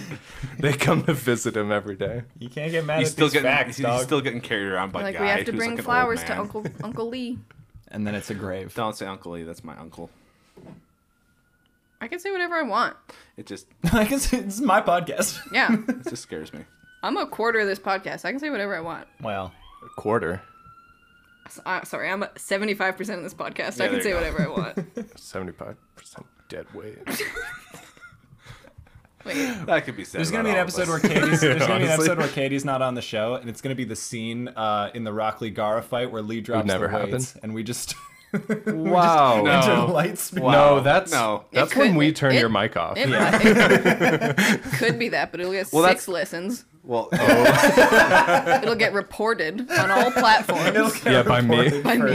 S2: they come to visit him every day.
S3: You can't get mad
S1: He's
S3: at
S1: still
S3: these
S1: getting
S3: facts,
S1: he's
S3: dog.
S1: still getting carried around by
S5: Like
S1: guy
S5: we have to
S1: who's
S5: bring
S1: like an old
S5: flowers to
S1: man. [LAUGHS]
S5: Uncle Uncle Lee.
S3: and then it's a grave. [LAUGHS]
S1: Don't say Uncle Lee. That's my uncle.
S5: I can say whatever I want.
S1: It just
S3: I guess it's my podcast.
S1: [LAUGHS]
S5: Yeah,
S1: it just scares me.
S5: I'm a quarter of this podcast. I can say whatever I want.
S3: Well,
S2: A quarter.
S5: S- uh, sorry, I'm 75 percent of this podcast.
S1: Yeah,
S5: I can
S1: there
S5: say
S1: you go.
S5: whatever I want.
S1: [LAUGHS]
S2: 75% dead weight.
S5: Wait,
S1: That could be said.
S3: there's gonna
S1: about
S3: be an
S1: all of us. [LAUGHS]
S3: episode where Katie's there's gonna be an
S2: honestly.
S3: episode where Katie's not on the show, and it's gonna be the scene uh, in the Rockley Gara fight where Lee drops
S2: never
S3: the weights,
S2: happen.
S3: and we just [LAUGHS]
S2: Wow.
S1: No.
S3: into light speed.
S1: Wow.
S2: No, that's
S1: No.
S2: that's
S5: It
S2: when
S5: could-
S2: we turn
S5: it-
S2: your mic off.
S5: it,
S1: [LAUGHS]
S5: might- it could be that, but it'll get
S1: Well,
S5: six
S1: that's-
S5: lessons.
S1: Well,
S2: Oh,
S5: It'll get reported on all platforms
S2: Yeah, by me,
S5: by me.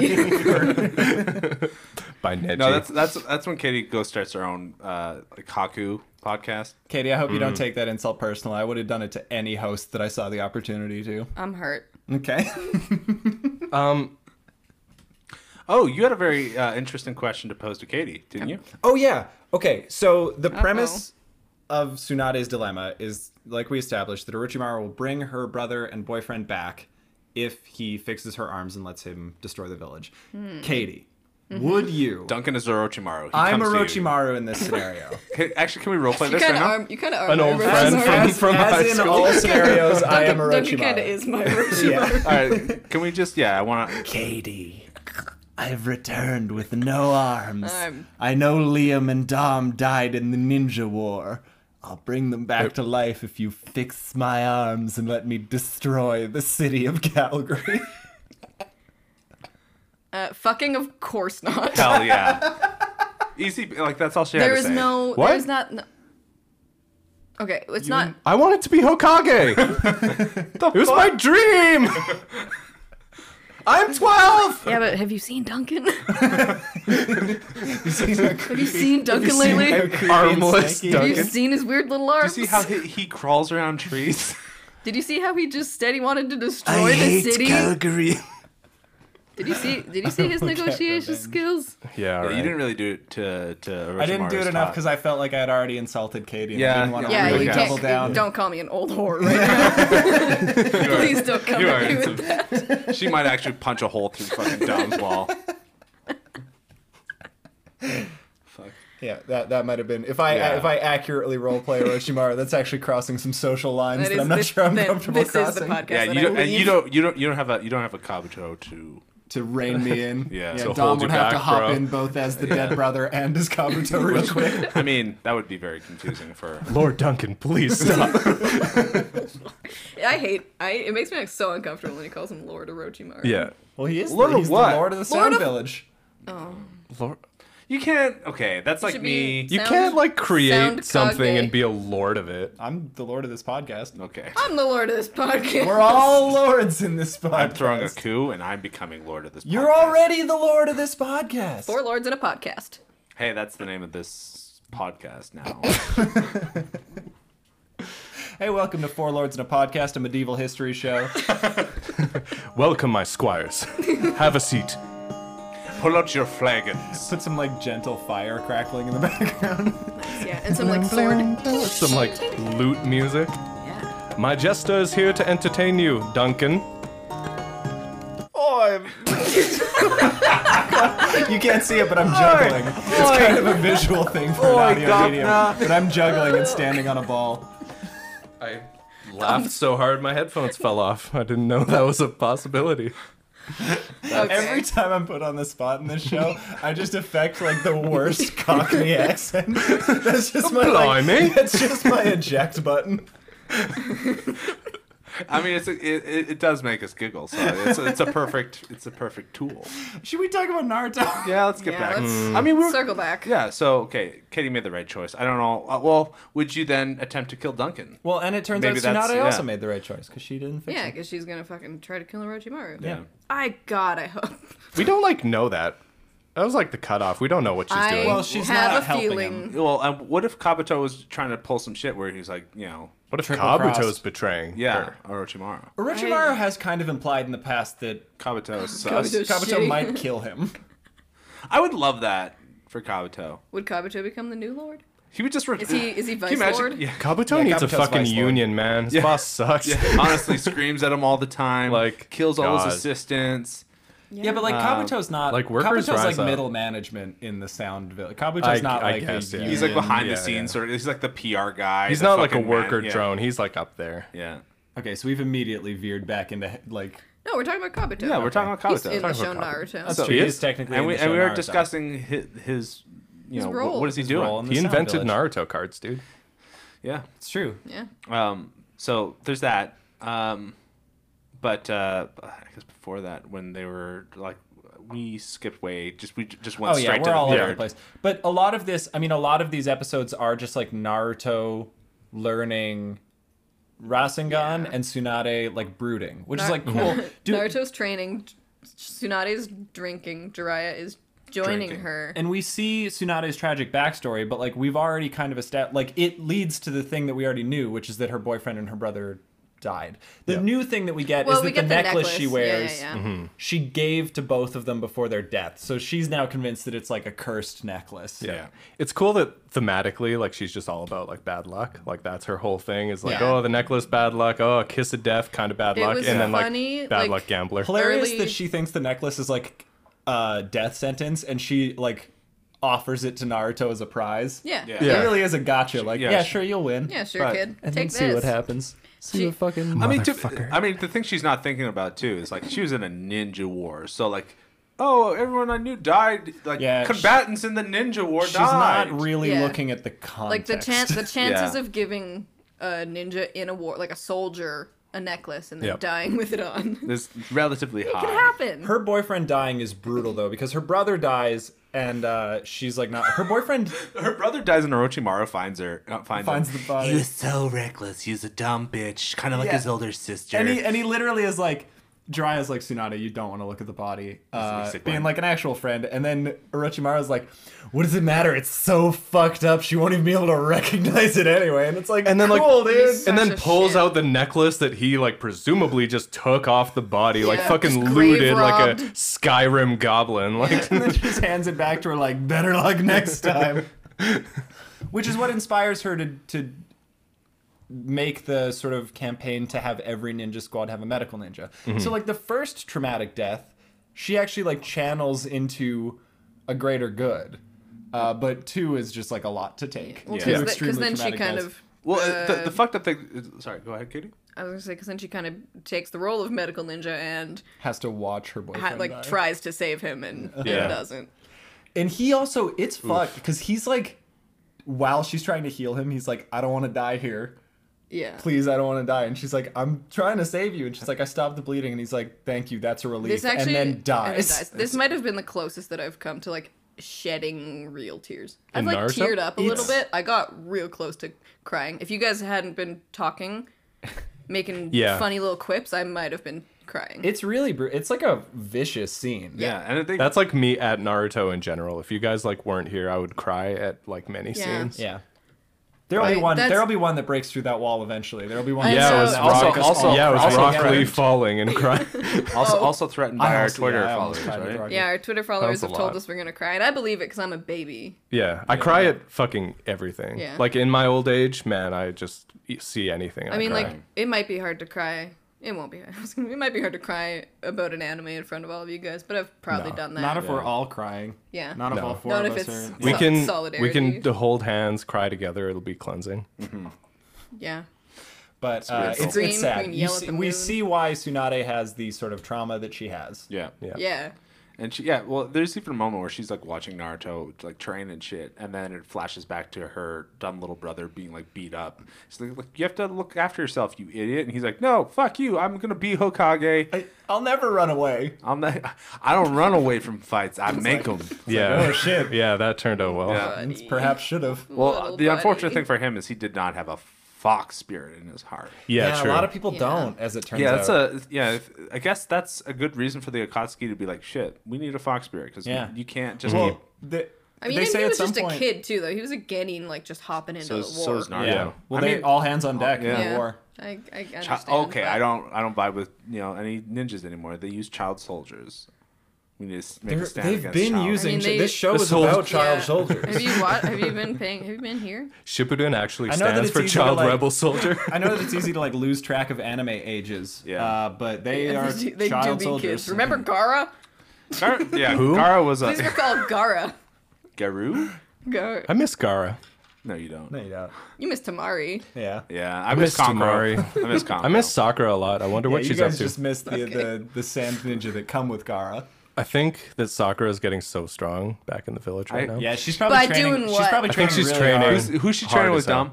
S2: by Neji.
S1: [LAUGHS] no, that's that's that's when Katie goes starts her own uh, like Haku podcast.
S3: Katie, I hope you
S1: Mm.
S3: don't take that insult personally. I would have done it to any host that I saw the opportunity to.
S5: I'm hurt.
S3: Okay.
S2: um
S1: Oh, you had a very uh, interesting question to pose to Katie, didn't you?
S3: [LAUGHS] Oh yeah. Okay. So the premise of Tsunade's dilemma is like we established that Orochimaru will bring her brother and boyfriend back if he fixes her arms and lets him destroy the village. Katie, would you?
S1: Duncan is Orochimaru. He
S3: I'm
S1: comes to you.
S3: Orochimaru in this [LAUGHS] scenario.
S1: Ca- actually, can we
S5: [LAUGHS]
S1: roleplay
S5: You
S1: this
S5: kind
S1: right
S5: of
S1: now?
S5: arm. You kind of arm.
S2: An old
S5: whatever.
S2: friend
S5: Sorry.
S2: from-
S3: as
S2: from
S3: as
S2: high
S3: in
S2: school.
S3: all scenarios, I am [LAUGHS]
S5: Duncan- Duncan kind of
S3: Orochimaru.
S5: is my Orochimaru.
S3: [LAUGHS] Yeah.
S1: All right, can we just yeah? I want to.
S3: Katie, I've returned with no arms.
S5: I'm-
S3: I know Liam and Dom died in the ninja war. I'll bring them [LAUGHS] back to life if you fix my arms and let me destroy the city of Calgary.
S5: Uh, fucking, of course not.
S1: Hell yeah. Easy, like that's all she had
S5: There
S1: to
S5: is
S1: say.
S5: no.
S2: What?
S5: There's not. No... Okay, it's not.
S2: I want it to be
S3: [LAUGHS]
S2: Hokage. it was my dream. I'm 12.
S5: Yeah, but have you seen
S1: [LAUGHS]
S5: Duncan? have
S3: Duncan
S5: you seen Duncan lately? Have
S3: [LAUGHS]
S2: Armless
S5: you
S2: Duncan.
S5: seen his weird little arms?
S1: See how he, he crawls around trees?
S5: Did you see how he just said he wanted to destroy the city?
S4: Calgary.
S5: Did you see? Did you see his negotiation skills?
S2: Yeah, all
S1: Yeah,
S2: right.
S1: You didn't really do it to to. Orochimaru's
S3: I didn't do it enough
S1: thought.
S3: because I felt like I had already insulted Katie. And
S1: Yeah,
S3: I didn't want to
S5: Yeah,
S3: really
S5: you
S1: Okay.
S3: double
S5: can't.
S3: down.
S5: Don't call me an old whore right now. Please don't come
S1: You
S5: at
S1: are
S5: me with
S1: insensitive. She might actually punch a hole through fucking Dom's
S3: [LAUGHS]
S1: wall. Fuck.
S3: Yeah, that that might have been if I
S1: Yeah.
S3: if I accurately roleplay Orochimaru, that's actually crossing some social lines that,
S5: is
S3: I'm not
S5: this-
S3: sure I'm
S5: that-
S3: comfortable
S5: this is the
S3: crossing.
S5: podcast.
S1: Yeah,
S5: that
S1: you
S5: I
S1: don't, and you
S5: leave.
S1: don't, you don't, you don't have a, you don't have a Kabuto to.
S3: to rein me in.
S1: Yeah. So
S3: Dom
S2: hold
S3: would
S2: you
S3: have to
S2: back,
S3: hop
S2: bro.
S3: in both as the dead brother and as Kabuto real quick.
S1: I mean, that would be very confusing for.
S2: Lord Duncan, please stop.
S5: I hate. I. It makes me so uncomfortable when he calls him Lord Orochimaru.
S2: yeah.
S3: Well, he is
S1: Lord
S3: the,
S1: of
S3: he's
S1: what?
S3: the Lord of the
S5: Lord
S3: Sound
S5: of-
S3: Village.
S2: Lord
S1: You can't. Okay, that's like
S5: should
S1: me.
S5: be-
S2: You
S5: Sound-
S2: can't like create
S5: sound
S2: something
S5: Kage.
S2: and be a lord of it.
S3: I'm the Lord of this podcast.
S1: Okay.
S5: I'm the Lord of this podcast.
S3: We're all lords in this podcast.
S1: I'm throwing a coup, and I'm becoming lord of this.
S3: You're
S1: podcast.
S3: already the Lord of this podcast.
S5: [LAUGHS] four lords in a podcast.
S1: Hey, that's the name of this podcast now. [LAUGHS]
S3: Hey, welcome to Four Lords in a Podcast, a medieval history show.
S2: Welcome,
S5: [LAUGHS]
S2: my squires. Have a seat.
S1: Pull out your [LAUGHS] flagons.
S3: Put some like gentle fire crackling in the [LAUGHS] background.
S5: Yeah, and some like sword.
S2: Some like lute music.
S5: Yeah.
S2: My jester is here to entertain you, Duncan.
S1: Oh,
S3: Oi! you can't see it, but I'm juggling. It's kind of a visual thing for an audio medium, but I'm juggling and standing on a ball.
S2: I laughed so hard my headphones fell off. I didn't know that was a possibility.
S5: Okay.
S3: Every time I'm put on the spot in this show, I just affect like the worst Cockney accent. That's just my like,
S2: Blimey.
S3: that's just my eject button.
S1: I mean, it's a, it, it, it does make us giggle, so it's, it's a perfect it's a perfect tool.
S3: Should we talk about Naruto?
S1: Yeah, let's get
S5: Yeah,
S1: back.
S5: let's
S1: I mean, we're
S5: circle back.
S1: Yeah, so okay, Katie made the right choice. I don't know. Uh, well, would you then attempt to kill Duncan?
S3: Well, and it turns
S1: Maybe
S3: out
S1: that's-
S3: Tsunade
S1: yeah.
S3: also made the right choice because she didn't fix
S5: Yeah,
S3: it.
S5: because she's gonna fucking try to kill Orochimaru.
S3: Yeah.
S5: I God, I hope.
S2: We don't like know that. That was like the cutoff. We don't know what she's
S5: I
S2: doing.
S3: Well, she's
S5: have
S3: not
S5: a
S3: helping
S5: feeling.
S3: him.
S1: Well, um, what if Kabuto was trying to pull some shit where he's like, you know,
S2: what if
S3: Triple
S2: Kabuto's
S3: crossed.
S2: betraying
S1: yeah,
S2: her?
S1: Orochimaru.
S3: Orochimaru has kind of implied in the past that
S1: Kabuto sucks.
S5: Kabuto-
S3: Kabuto
S5: shitty.
S3: might kill him.
S1: I would love that for Kabuto.
S5: Would Kabuto become the new lord?
S1: He would just re-
S5: Is he- is he
S1: Can
S5: vice
S1: you imagine-
S5: lord?
S1: Yeah. [LAUGHS]
S2: Kabuto needs a
S3: Kabuto's
S2: fucking
S3: vice lord.
S2: union, man. His boss sucks.
S1: Honestly, screams at him all the time.
S2: Like,
S1: kills all
S2: God.
S1: his assistants.
S3: [LAUGHS] Yeah, but like Kabuto's not
S2: like, workers
S3: Kabuto's
S2: rise
S3: like
S2: up.
S3: middle management in the sound village.
S2: I-
S3: Kabuto's not
S2: I
S3: like
S2: guess,
S3: a
S2: yeah.
S1: He's like
S3: union-
S1: behind
S2: Mm, Yeah,
S1: the scenes, or he's like the PR guy.
S2: He's
S1: the
S2: not like a
S1: fucking
S2: worker
S1: man- yeah.
S2: drone. He's like up there.
S1: Yeah.
S3: Okay, so we've immediately veered back into like
S5: No, we're talking about Kabuto.
S1: Yeah, we're talking about Kabuto.
S5: He's in the show
S2: Talking about
S5: Naruto.
S1: So-
S3: he
S1: He
S3: is
S1: is?
S3: technically,
S1: and
S3: in
S1: we
S3: the
S1: and
S3: show
S1: we were
S3: Naruto.
S1: discussing his, his you
S5: His
S1: know
S5: role.
S1: what is he
S5: His
S1: doing?
S3: role in the
S2: He
S3: Sound
S2: invented
S3: Village.
S2: Naruto cards, dude.
S1: Yeah.
S3: It's true.
S5: Yeah.
S1: Um, so there's that. Um, but uh, I guess before that, when they were like, we skipped way. Just we just went
S3: oh yeah,
S1: straight
S3: we're
S1: to
S3: all
S1: the
S3: over
S1: third.
S3: the place. But a lot of this, I mean, a lot of these episodes are just like Naruto learning Rasengan
S5: Yeah.
S3: and Tsunade like brooding, which is
S5: Nar- [LAUGHS]
S3: like cool. Dude,
S5: Naruto's training. Tsunade's drinking. Jiraiya is joining
S1: Drinking.
S5: her.
S3: and we see Tsunade's tragic backstory, but like we've already kind of established, like it leads to the thing that we already knew, which is that her boyfriend and her brother died. The new thing that we get
S5: well,
S3: is that
S5: we get
S3: the,
S5: the
S3: necklace, she wears,
S5: Yeah, yeah, yeah.
S1: Mm-hmm.
S3: she gave to both of them before their death. So she's now convinced that it's like a cursed necklace.
S2: Yeah. It's cool that thematically, like, she's just all about, like, bad luck. Like, that's her whole thing is, like,
S5: Yeah.
S2: oh, the necklace, bad luck. Oh, kiss of death, kind of bad
S5: It
S2: luck.
S5: was
S2: And then, like,
S5: funny,
S2: bad
S5: like-
S2: luck gambler.
S3: hilarious
S5: early-
S3: that she thinks the necklace is like a death sentence and she like offers it to Naruto as a prize.
S5: Yeah.
S1: Yeah.
S2: Yeah.
S3: It really is a gotcha. Like,
S1: Yeah,
S3: yeah,
S1: sure.
S3: sure, you'll win.
S5: Yeah, sure,
S1: Right.
S5: kid.
S3: And then
S5: Take
S3: see
S5: this.
S3: what happens. See
S5: She-
S3: what fucking.
S1: I mean, to, I mean, the thing she's not thinking about too is like she was in a ninja war. So like, oh, everyone I knew died. Like
S3: Yeah, she-
S1: combatants in the ninja war
S3: She's
S1: died.
S3: not really
S5: Yeah.
S3: looking at the
S5: Like
S3: context.
S5: the chance, the chances
S1: Yeah.
S5: of giving a ninja in a war, like a soldier, a necklace and then
S2: Yep.
S5: dying with it on,
S1: It's relatively high.
S5: it can happen.
S3: her boyfriend dying is brutal though because her brother dies and uh, she's like not. Her [LAUGHS] boyfriend
S1: Her brother dies and Orochimaru finds her. Not finds, finds
S3: finds the
S1: him.
S4: He
S3: body
S4: was so reckless. He was a dumb bitch, kind of like
S3: Yeah.
S4: his older sister.
S3: and he uh, and he literally is like. Jiraiya's like Tsunade, you don't want to look at the body, uh,
S1: sick
S3: being
S1: man.
S3: like an actual friend, and then Orochimaru's like, "What does it matter? It's so fucked up. She won't even be able to recognize it anyway." And it's like,
S2: and then like
S3: "Cool, dude."
S5: Such
S2: and then
S5: a
S2: pulls
S5: shit.
S2: out the necklace that he like presumably just took off the body like
S5: Yeah,
S2: fucking
S5: just
S2: looted
S5: grave
S2: like
S5: robbed.
S2: a skyrim goblin like
S3: [LAUGHS] and then she just hands it back to her like better luck next time which is what inspires her to to make the sort of campaign to have every ninja squad have a medical ninja so like the first traumatic death she actually like channels into a greater good uh, but two is just like a lot to take
S5: Well,
S3: Two
S1: Yeah.
S5: because
S3: extremely
S5: then she
S3: traumatic
S5: kind
S3: deaths.
S5: of.
S1: Well,
S5: uh,
S1: the, the fucked up thing. Is, sorry, go ahead, Katie.
S5: I was gonna say because then she kind of takes the role of medical ninja and
S3: has to watch her boyfriend
S5: ha- like
S3: die.
S5: tries to save him and, and
S1: Yeah.
S5: doesn't.
S3: And he also, it's fucked because he's like, while she's trying to heal him, he's like, I don't want to die here.
S5: Yeah.
S3: Please, I don't want to die. And she's like, I'm trying to save you. And she's like, I stopped the bleeding. And he's like, Thank you. That's a relief.
S5: This actually
S3: and then
S5: and it
S3: dies.
S5: This might have been the closest that I've come to like shedding real tears. I've
S2: In
S5: like
S2: Naruto?
S5: teared up a little
S3: It's-
S5: bit. I got real close to crying. If you guys hadn't been talking,
S3: [LAUGHS]
S5: making
S2: Yeah.
S5: funny little quips, I might have been crying.
S3: It's really, bru- it's like a vicious scene.
S1: Yeah, and I think
S2: that's like me at naruto in general if you guys like weren't here i would cry at like many
S5: Yeah.
S2: scenes
S3: Yeah. There'll be
S5: Right,
S3: one.
S5: that's-
S3: There'll be one that breaks through that wall eventually. There'll be one.
S5: I
S2: yeah,
S5: know.
S2: it
S3: that
S2: was
S5: So-
S2: rock,
S1: Also- also-
S2: yeah, it was
S1: also
S2: rock
S1: threatened.
S2: Lee falling and
S5: [LAUGHS]
S2: crying.
S1: also also threatened by
S3: I
S1: our
S3: almost-
S1: Twitter
S3: yeah, I almost
S1: followers,
S3: tried to
S1: right?
S3: draw
S5: yeah, our Twitter
S2: was
S5: followers
S2: a
S5: have told
S2: lot.
S5: us we're gonna cry, and I believe it because I'm a baby.
S2: yeah, I cry at fucking everything.
S5: Yeah.
S2: Like in my old age, man, I just e- see anything. and
S5: I mean,
S2: cry.
S5: like it might be hard to cry. It won't be. I was gonna- It might be hard [LAUGHS] to cry about an anime in front of all of you guys, but I've probably done that.
S3: Not if we're all crying.
S5: Yeah.
S3: Not if
S2: No.
S3: all four
S5: Not
S3: of
S5: if
S3: us
S5: it's-
S3: are.
S2: we
S5: so-
S2: can we
S5: solidarity.
S2: can hold hands, cry together. It'll be cleansing.
S5: yeah.
S3: But uh, it's,
S5: Scream,
S3: it's sad.
S5: scream,
S3: You
S5: yell at
S3: see,
S5: the
S3: we
S5: moon.
S3: see why Tsunade has the sort of trauma that she has.
S1: Yeah.
S2: Yeah.
S5: Yeah.
S1: And she, yeah, well, there's even a moment where she's like watching Naruto like train and shit, and then it flashes back to her dumb little brother being like beat up. She's like, "Look, you have to look after yourself, you idiot!" And he's like, "No, fuck you! I'm gonna be Hokage.
S3: I, I'll never run away.
S1: I'm not. I don't run away from fights. I make them."
S3: [LAUGHS]
S2: Yeah.
S3: oh, shit.
S2: [LAUGHS] Yeah, that turned out well.
S1: Yeah.
S5: Buddy.
S3: Perhaps should have.
S1: Well,
S5: Little
S1: the unfortunate
S5: buddy.
S1: thing for him is he did not have a fox spirit in his heart.
S2: Yeah, true.
S3: a lot of people
S5: Yeah.
S3: don't, as it turns
S1: Yeah,
S3: out.
S1: that's a yeah. If, I guess that's a good reason for the Akatsuki to be like, "Shit, we need a fox spirit because
S3: Yeah.
S1: you can't just."
S3: Well, the,
S5: I mean,
S3: they
S5: and
S3: say
S5: he
S3: at
S5: was
S3: some
S5: just
S3: point,
S5: a kid too, though. He was a genin, like just hopping into
S1: So
S5: the
S1: is,
S5: war.
S1: so is Naruto.
S2: Yeah.
S3: Well,
S1: I
S3: they
S1: mean,
S3: all hands on deck
S1: yeah.
S3: in
S5: Yeah.
S3: the war.
S5: I, I understand.
S1: Chi- okay,
S5: but-
S1: I don't I don't vibe with you know any ninjas anymore. They use child soldiers. We need to make
S3: They're,
S1: a stand
S3: they've
S1: against
S3: been
S1: child.
S3: using.
S5: I mean,
S3: chi-
S5: they-
S3: this show
S1: This
S3: is
S1: whole-
S5: Yeah.
S3: about child soldiers.
S5: Have you what? Have you been paying? Have you been here?
S2: Shippuden actually
S3: I know that it's
S2: stands for
S3: easy to,
S2: Child
S3: like-
S2: Rebel Soldier.
S3: [LAUGHS]
S2: [LAUGHS]
S3: I know that it's easy to like lose track of anime ages.
S1: Yeah.
S3: Uh, but [LAUGHS] they are
S5: they do- they do
S3: child
S5: be
S3: soldiers.
S5: kids.
S3: [LAUGHS]
S5: Remember Gara?
S1: Gar- yeah,
S2: Who?
S1: Gara was
S5: These were
S1: a
S5: called Gara.
S1: [LAUGHS] Garu.
S5: Go.
S2: I miss Gara.
S1: No, you don't.
S3: No, you don't.
S5: You missed Tamari.
S3: Yeah.
S1: Yeah, I, miss
S2: miss
S1: Conqueror.
S2: Tamari.
S1: I miss Conqueror.
S2: [LAUGHS] I miss Sakura a lot. I wonder
S3: Yeah,
S2: what
S3: you
S2: she's
S3: guys
S2: up to.
S3: just missed the, the the sand ninja that come with Gara.
S2: I think that Sakura is getting so strong back in the village right
S1: I-
S2: now.
S3: Yeah, she's probably
S5: By
S3: training.
S5: doing
S3: She's
S5: what?
S3: probably
S5: I
S2: think
S3: training
S2: she's
S3: really hard.
S2: training.
S1: Who's, who's she
S2: Hard
S1: training with?
S2: as hell.
S1: Dumb.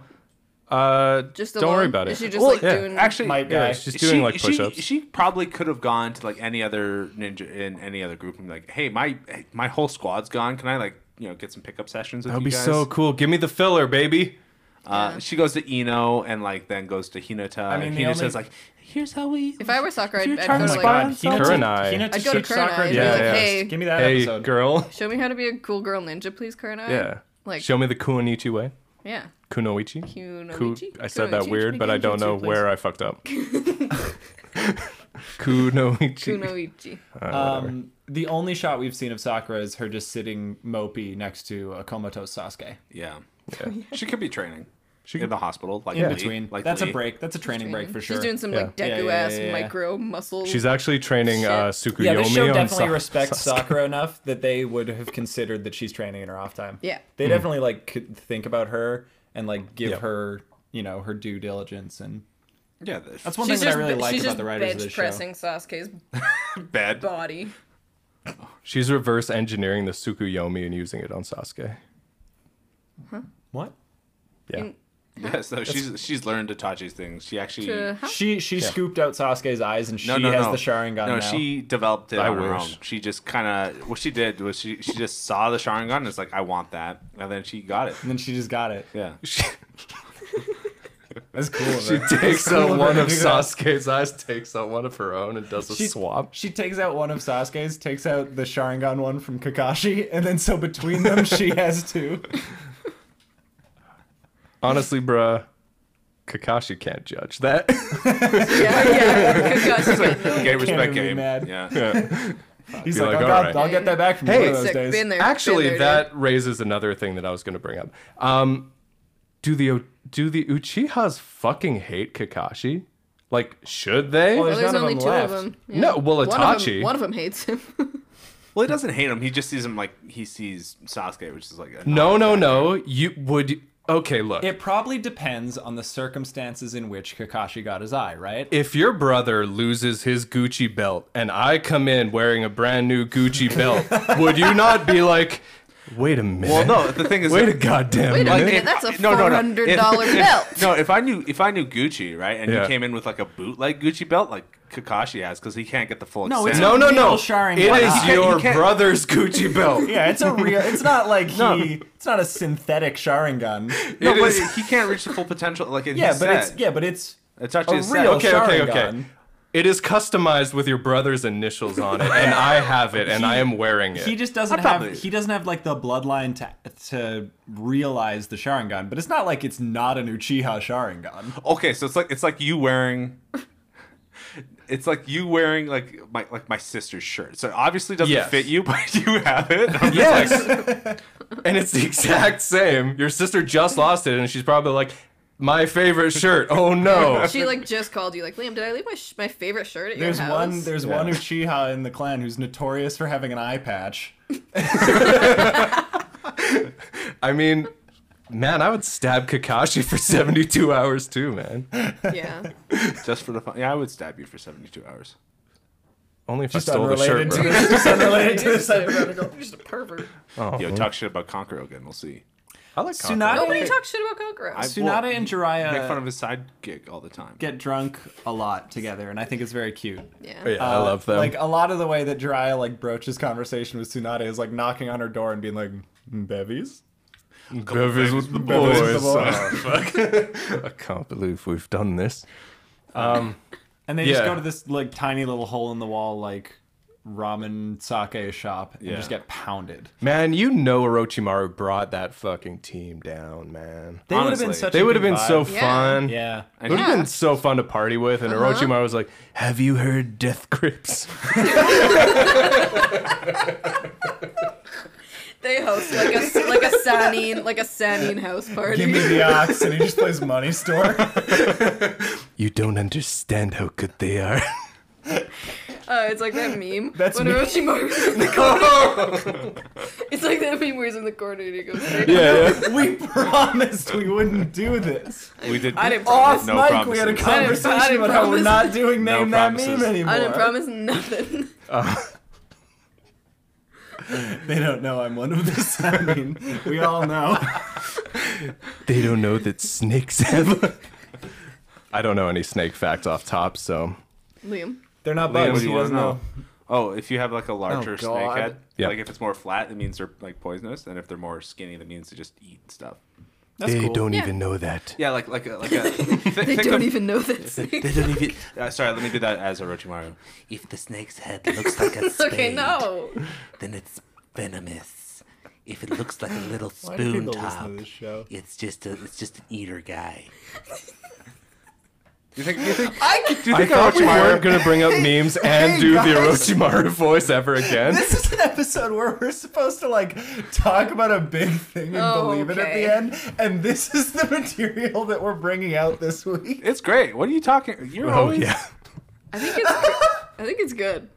S2: Uh,
S5: Just
S2: don't
S5: alone?
S2: worry about it.
S5: Is she just
S1: Well,
S5: like
S2: yeah.
S5: doing?
S1: Actually,
S3: Might
S2: yeah,
S3: guy.
S2: she's doing like
S1: she,
S2: push-ups.
S1: She probably could have gone to like any other ninja in any other group and be like, "Hey, my my whole squad's gone. Can I like you know get some pickup sessions with
S2: that would
S1: you
S2: be
S1: guys?"
S2: so cool. Give me the filler, baby.
S1: Uh, she goes to Eno and like then goes to Hinata. I mean,
S3: mean, the
S1: Hinata's
S3: only-
S1: like, "Here's how we."
S5: If I were Sakura, I'd,
S1: you're
S5: I'd
S3: Oh
S1: trying
S5: go
S1: to
S5: to
S1: spy
S5: like,
S1: on
S3: Hinata-
S2: Kurenai.
S3: Hinata
S5: I'd go to
S3: shook Sakura
S5: Kurenai.
S3: and
S5: and
S3: be
S2: Yeah,
S5: be like,
S2: yeah.
S5: hey,
S3: Give me that
S2: hey,
S3: episode. [LAUGHS]
S2: girl.
S5: show me how to be a cool girl ninja, please, Kurenai.
S2: Yeah.
S5: Like,
S2: Show me the Kunichi way.
S5: yeah.
S2: Kunoichi. Ku-
S5: Kunoichi?
S2: I said that
S5: Kunoichi,
S2: weird, but I don't
S5: Kunoichi,
S2: know
S5: please.
S2: where I
S5: [LAUGHS]
S2: fucked up. Kunoichi.
S3: [LAUGHS]
S5: Kunoichi.
S3: Um, the only shot we've seen of Sakura is her just sitting mopey next to a comatose Sasuke.
S1: Yeah. she could be training.
S2: She
S1: She
S2: could-
S1: in the hospital, like
S3: In
S1: Lee,
S3: between,
S1: like
S3: that's a
S1: Lee.
S3: break. That's a training break for sure.
S5: She's doing some like
S2: Yeah.
S5: Deku
S3: Yeah, yeah,
S5: ass
S3: yeah, yeah.
S5: micro muscle.
S2: She's actually training
S5: Shit.
S2: uh, Sukuyomi
S3: yeah, this show
S2: on
S3: definitely
S2: Sa-
S3: respects
S2: Sasuke.
S3: Sakura enough that they would have considered that she's training in her off time.
S5: Yeah.
S3: they definitely like could think about her and like give
S2: Yeah.
S3: her you know her due diligence and
S1: Yeah,
S3: that's
S1: that's
S3: one
S5: She's
S3: thing that I
S5: just,
S3: really
S5: be-
S3: like
S5: she's
S3: about
S5: just
S3: the writers of
S5: bench
S3: this show.
S5: pressing Sasuke's
S3: [LAUGHS]
S1: bad. [LAUGHS]
S5: body.
S2: She's reverse engineering the Sukuyomi and using it on Sasuke. [LAUGHS]
S3: What?
S2: Yeah.
S1: Yeah, so she's she's learned Itachi's things. She actually
S5: To, huh?
S3: She she scooped out Sasuke's eyes and she
S1: no no
S3: has
S1: no
S3: the Sharingan
S1: No,
S3: now.
S1: she developed it
S2: I
S1: on her
S2: wish.
S1: own. She just kind of what she did was she she just saw the Sharingan and it's like I want that, and then she got it.
S3: and then she just got it. [LAUGHS]
S1: Yeah,
S2: She,
S3: That's [LAUGHS] cool.
S2: she takes out
S3: of
S2: one
S3: her
S2: of
S3: to do that.
S2: Sasuke's eyes, takes out one of her own, and does a
S3: She-
S2: swap.
S3: She takes out one of Sasuke's, takes out the Sharingan one from Kakashi, and then so between
S5: [LAUGHS]
S3: them she has two.
S2: Honestly, bruh, Kakashi can't judge that. [LAUGHS]
S5: yeah,
S3: [LAUGHS]
S5: yeah. Kakashi got the-
S1: gay respect
S3: even be
S1: game.
S3: mad.
S1: Yeah,
S3: He's
S2: Be
S3: like,
S2: like,
S3: I'll,
S2: "All
S3: got-
S2: right."
S3: I'll get that back from you
S2: Hey.
S3: one of those
S5: Sick.
S3: days.
S5: Been there.
S2: Actually,
S5: been there,
S2: that raises another thing that I was going to bring up. Um, do the O- do the Uchihas fucking hate Kakashi? Like, should they?
S3: Well,
S5: Well, there's
S3: none of
S5: only
S3: them
S5: two
S3: left.
S5: of them. yeah.
S2: No, well,
S5: One of them-
S2: Itachi.
S5: One of them hates him.
S1: Well, he doesn't hate him. He just sees him like he sees Sasuke, which is like a
S2: no, no, no. You would. Okay, look.
S3: It probably depends on the circumstances in which Kakashi got his eye, right?
S2: if your brother loses his Gucci belt and I come in wearing a brand
S1: [LAUGHS]
S2: new Gucci belt, would you not be like, wait a minute?
S1: Well, no, the thing is,
S2: Wait a goddamn
S5: Wait a
S2: minute.
S5: minute.
S1: if-
S5: that's a
S1: no, no, no.
S5: $400 belt.
S1: If, [LAUGHS] no, if I knew if I knew Gucci right, and
S2: Yeah.
S1: he came in with like a bootleg Gucci belt, like Kakashi has, because he can't get the full
S3: No,
S1: extent.
S3: it's-
S2: No, no, no.
S3: Little Sharingan.
S2: It is
S1: Why not?
S2: your
S1: You can't-
S2: brother's Gucci belt.
S3: Yeah, it's a real. It's not like he. It's not a synthetic Sharingan.
S1: No,
S2: It
S1: but
S2: is-
S1: he can't reach the full potential. Like in
S3: Yeah,
S1: his
S3: but it's
S1: set.
S3: yeah, but it's
S1: It's actually
S3: a
S1: a set.
S3: real
S2: Okay, okay, okay.
S3: Sharingan.
S2: It is customized with your brother's initials on it, and I have it, and I am wearing it.
S3: he just doesn't
S1: I
S3: have
S1: probably-
S3: he doesn't have like the bloodline to to realize the Sharingan. But it's not like it's not an Uchiha Sharingan.
S1: Okay, so it's like it's like you wearing. It's like you wearing like my like my sister's shirt. So it obviously doesn't
S2: Yes.
S1: fit you, [LAUGHS] but you have it. I'm just
S2: yes,
S3: [LAUGHS]
S2: and it's the exact same. Your sister just lost it, and she's probably like, "My favorite shirt." [LAUGHS] Oh no!
S5: she like just called you, like Liam. Did I leave my sh- my favorite shirt at
S3: There's
S5: your house?
S3: one there's one Uchiha in the clan who's notorious for having an eye patch.
S2: I mean, man, I would stab Kakashi for 72 hours too, man.
S5: [LAUGHS]
S3: [LAUGHS]
S5: Yeah.
S1: just for the fun. Yeah, I would stab you for seventy two hours.
S2: Only if
S3: Just
S2: I stole the
S3: unrelated
S2: shirt,
S3: to
S2: bro.
S3: this. Just unrelated to
S5: You're
S3: this.
S5: just a-
S2: [LAUGHS]
S5: you're just a pervert.
S2: Oh,
S1: Yo, talk shit about Conqueror again. We'll see.
S2: I like
S3: Tsunade-
S2: Tsunade.
S5: Nobody talks Oh, shit about Kokoro.
S1: I-
S3: Tsunade and Jiraiya
S1: Make fun of his sidekick all the time.
S3: get drunk a lot together, and I think it's very cute.
S5: yeah.
S2: oh, Yeah, I
S3: Uh,
S2: love them.
S3: Like a lot of the way that Jiraiya like broaches conversation with Tsunade is like knocking on her door and being like, "Mm, "Bevies."
S2: Bevis with the
S3: Bevis with the
S2: boys. Oh, fuck. I can't believe we've done this.
S3: And they
S2: Yeah.
S3: just go to this like tiny little hole in the wall like ramen sake shop and
S2: Yeah.
S3: just get pounded.
S2: Man, you know Orochimaru brought that fucking team down, man.
S3: They would've been
S2: Honestly.
S3: such
S2: They
S3: a
S2: would have
S3: good
S2: been so
S3: vibe.
S5: Yeah.
S2: fun.
S3: Yeah. Uh-huh.
S2: It would have
S5: Yeah.
S2: been so fun to party with, and Orochimaru was like, "Have you heard Death Grips?"
S5: They host like a like a Sanin like a Sanin house party.
S3: Give me the ox, and he just plays Money Store.
S2: [LAUGHS] you don't understand how good they are.
S5: [LAUGHS]
S2: [LAUGHS]
S5: Uh, it's like that meme
S3: That's
S5: when
S3: me.
S5: Orochimaru's
S3: [LAUGHS]
S5: in the corner. [LAUGHS] it's like that meme where he's in the corner and he goes. "Hey,
S3: [LAUGHS]
S2: yeah,
S3: we promised we wouldn't do this.
S1: We did.
S5: I didn't promise.
S3: Off
S1: No
S3: mic,
S1: promises.
S3: we had a
S5: I didn't-
S3: conversation
S5: I didn't
S3: about how
S5: promise.
S3: we're not doing name that meme
S1: promises.
S3: anymore.
S5: I didn't promise nothing. [LAUGHS]
S3: They don't know I'm one of the [LAUGHS] I mean, we all know.
S2: they don't know that snakes have. I don't know any snake facts off top, so
S5: Liam.
S3: They're not
S1: Liam,
S3: bugs.
S1: what do you
S3: he
S1: want
S3: doesn't
S1: to know? Oh, if you have like a larger
S3: Oh,
S1: snake
S3: God.
S1: head,
S2: Yeah.
S1: like if it's more flat, it means they're like poisonous, and if they're more skinny, that means they just eat stuff.
S3: That's
S2: they
S3: cool.
S2: don't
S5: Yeah.
S2: even know that.
S1: Yeah, like like
S3: [LAUGHS]
S1: a, like
S5: [LAUGHS]
S1: a. thi-
S5: They
S1: think
S5: don't
S1: of-
S5: even know
S2: [LAUGHS]
S5: that.
S4: They don't even.
S1: Uh, sorry, let me do that as Orochimaru.
S4: If the snake's head looks like a
S5: [LAUGHS]
S4: spade,
S5: okay, no.
S4: then it's venomous. If it looks like a little
S3: Why do
S4: spoon
S3: people
S4: top,
S3: listen to this show?
S4: it's just a it's just an eater guy.
S1: Do you think? Do you think?
S5: I
S1: Do you
S2: I
S1: think
S2: thought we
S1: Orochimaru?
S2: weren't gonna bring up memes and
S3: Hey,
S2: do the
S3: guys.
S2: Orochimaru voice ever again.
S3: This is an episode where we're supposed to like talk about a big thing and
S5: Oh,
S3: believe it at
S5: okay.
S3: the end, and this is the [LAUGHS] material that we're bringing out this week.
S1: It's great. What are you talking? You're
S2: oh
S1: always.
S2: yeah,
S5: I think it's.
S2: [LAUGHS]
S5: I think it's good.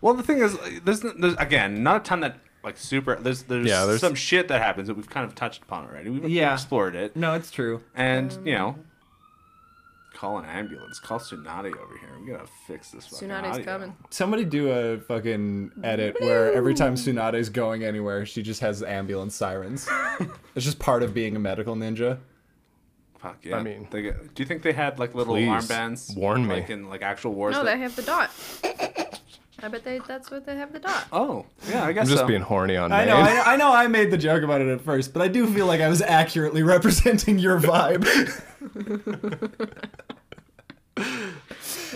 S1: Well, the thing is, like, there's, there's again not a ton that like super. There's there's,
S2: Yeah, there's-
S1: some shit that happens that we've kind of touched upon already. We've
S3: Yeah.
S1: explored it,
S3: No, it's true.
S1: and you
S5: Um,
S1: know, call an ambulance. Call Tsunade over here. We gotta fix this. fucking
S5: Tsunade's
S1: audio.
S5: coming.
S3: Somebody do a fucking edit where every time Tsunade's going anywhere, she just has ambulance [LAUGHS] sirens. it's just part of being a medical ninja.
S1: Fuck yeah.
S2: I mean-
S1: They get- do you think they had like little
S2: Please,
S1: armbands?
S2: warn me.
S1: Like in like actual wars.
S5: No,
S1: that-
S5: they have the dot. I bet they. That's what they have the dot.
S1: Oh yeah, I guess
S2: I'm just
S1: so.
S2: being horny on.
S3: I know,
S2: Maine.
S3: I, I know, I made the joke about it at first, but I do feel like I was accurately [LAUGHS] representing your [LAUGHS] vibe.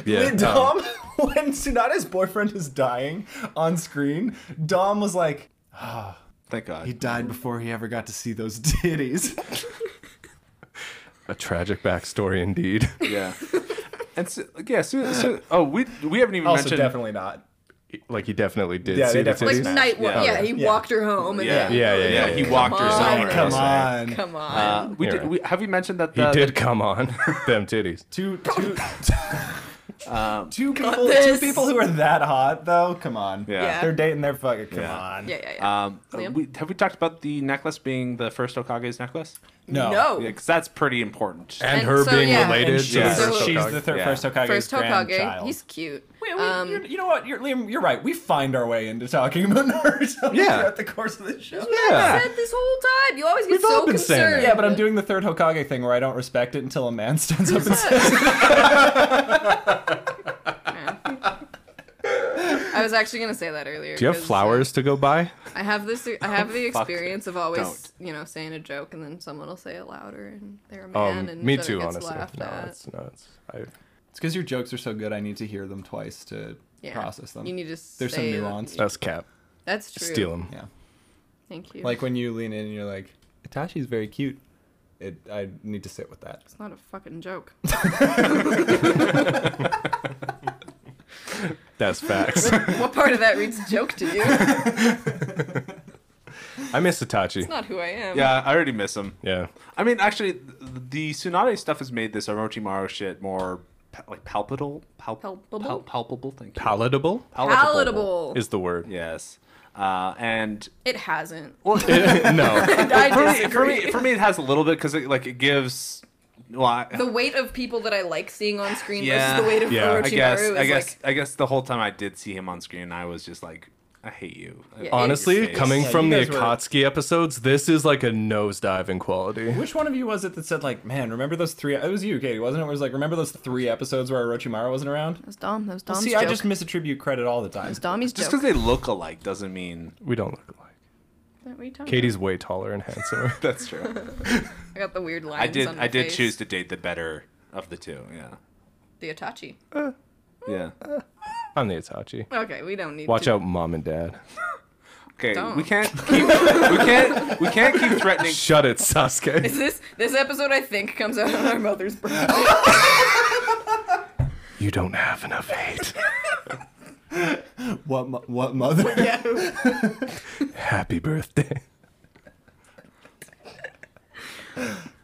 S2: Yeah, um,
S3: Wait,
S2: Tom.
S3: Dom, [LAUGHS] when Tsunade's boyfriend is dying on screen, Dom was like, "Ah,
S1: Thank God.
S3: he died before he ever got to see those [LAUGHS] titties.
S2: A tragic backstory indeed.
S1: [LAUGHS]
S2: [LAUGHS]
S1: Yeah. and so, yeah,
S5: [LAUGHS]
S1: so, so, oh, we we haven't even
S3: also,
S1: mentioned.
S3: definitely not.
S2: like he definitely did
S3: Yeah,
S2: see
S3: they
S2: the
S3: definitely
S5: Like
S2: titties.
S3: Smash.
S5: night one.
S1: Yeah.
S5: Yeah, he
S3: Yeah.
S5: walked her home and
S1: Yeah.
S5: then.
S2: Yeah, yeah, yeah,
S1: He
S2: yeah.
S1: walked
S5: Come
S1: her
S5: on.
S1: somewhere.
S3: Come
S1: so-
S3: on.
S5: Come on.
S1: Uh, we
S2: Yeah.
S1: did. We, have we mentioned that
S2: He
S1: the,
S2: did come on [LAUGHS] them titties.
S3: Two, two, two people, two
S5: this.
S3: people who are that hot though. Come on,
S1: Yeah.
S5: Yeah.
S3: they're dating. They're fucking. Come
S1: Yeah.
S3: on,
S5: yeah,
S2: uh,
S5: yeah, yeah.
S1: Um,
S5: Liam?
S1: we, have we talked about the necklace being the first Okage's necklace?
S3: no,
S5: no.
S1: Yeah, because that's pretty important.
S2: And,
S5: And
S2: her
S5: so,
S2: being
S5: yeah.
S2: related
S3: And
S2: to
S3: she's,
S2: the
S5: Yeah.
S2: first
S5: So-
S3: she's
S2: Hokage.
S3: the thir-
S1: Yeah.
S3: first Hokage's
S5: First Hokage.
S3: grandchild.
S5: He's cute.
S3: Wait, we,
S5: Um,
S3: you, you know what, you're, Liam? You're right. We find our way into talking about [LAUGHS] Naruto
S2: Yeah.
S3: throughout the course of the show.
S2: Yeah.
S5: said this whole time. You always get
S2: We've all
S5: so
S2: been saying that.
S5: concerned.
S3: Yeah, but
S5: [LAUGHS]
S3: I'm doing the third Hokage thing where I don't respect it until a man [LAUGHS] stands up and says,
S5: I was actually gonna say that earlier.
S2: Do you have
S5: 'cause, uh,
S2: flowers to go buy?
S5: I have this. I have
S2: [LAUGHS]
S5: the experience of always,
S1: Don't.
S5: you know, saying a joke and then someone will say it louder and they're a man
S2: Um,
S5: and
S2: me
S5: then
S2: too,
S5: it gets
S2: honestly.
S5: laughed
S2: No,
S5: at.
S2: it's no, it's. I,
S3: "It's because your jokes are so good. I need to hear them twice to
S5: Yeah.
S3: process them.
S5: You need to. Say
S3: There's some
S5: that-
S3: nuance.
S2: that's cap.
S5: That's true.
S2: Steal them.
S3: yeah,
S5: Thank you.
S3: like when you lean in and you're like, "Itachi's very cute." It, I need to sit with that.
S5: it's not a fucking joke.
S2: That's
S3: [LAUGHS]
S2: facts.
S5: what part of that reads joke to you? It's
S2: I miss Itachi.
S5: not who I am.
S1: yeah, I already miss him.
S2: Yeah.
S1: I mean, actually, th- the Tsunade stuff has made this Orochimaru shit more pa- like palpable, palp-
S5: Palpable?
S1: pal- palpable. Thank you.
S2: Palatable
S5: Palatable.
S2: is the word.
S1: Yes. Uh, and
S5: It hasn't.
S2: [LAUGHS] no.
S5: [LAUGHS] I
S1: for me, for
S5: disagree.
S1: me, for me, it has a little bit because it, like it gives. Well, I,
S5: [LAUGHS] the weight of people that I like seeing on screen
S1: Yeah.
S5: versus the weight of
S2: Yeah.
S5: Orochimaru
S1: I guess,
S5: is
S1: I guess,
S5: like
S1: I guess the whole time I did see him on screen, I was just like, I hate you.
S5: Yeah.
S2: Honestly,
S1: It's-
S2: coming
S3: Yeah,
S2: from
S3: you
S2: the
S3: guys were-
S2: Akatsuki episodes, this is like a nosedive in quality.
S3: Which one of you was it that said like, "Man, remember those three? It was you, Katie, wasn't it? It was like, remember those three episodes where Orochimaru wasn't around?
S5: That was Dom. That was Dom's
S3: See,
S5: joke.
S3: I just misattribute credit all the time.
S5: It's Dommy's
S1: Just
S5: joke.
S1: because they look alike doesn't
S5: [LAUGHS]
S1: mean
S2: We don't look alike.
S5: What are you talking
S2: Katie's way taller and handsomer. [LAUGHS]
S1: that's true.
S5: about? I got the weird lines.
S1: I did.
S5: On
S1: I
S5: my
S1: did
S5: face.
S1: choose to date the better of the two. Yeah.
S5: the Itachi.
S1: Yeah.
S2: I'm the Itachi.
S5: Okay, we don't need
S2: Watch
S5: to.
S2: out, mom and dad.
S1: Okay,
S5: Don't.
S1: we can't keep we can't we can't
S5: [LAUGHS]
S1: keep threatening.
S2: Shut
S3: [LAUGHS]
S2: it, Sasuke.
S5: [LAUGHS] This this episode I think comes out on our mother's birthday.
S2: You don't have enough hate.
S3: What mo- what [LAUGHS] mother?
S2: Happy birthday.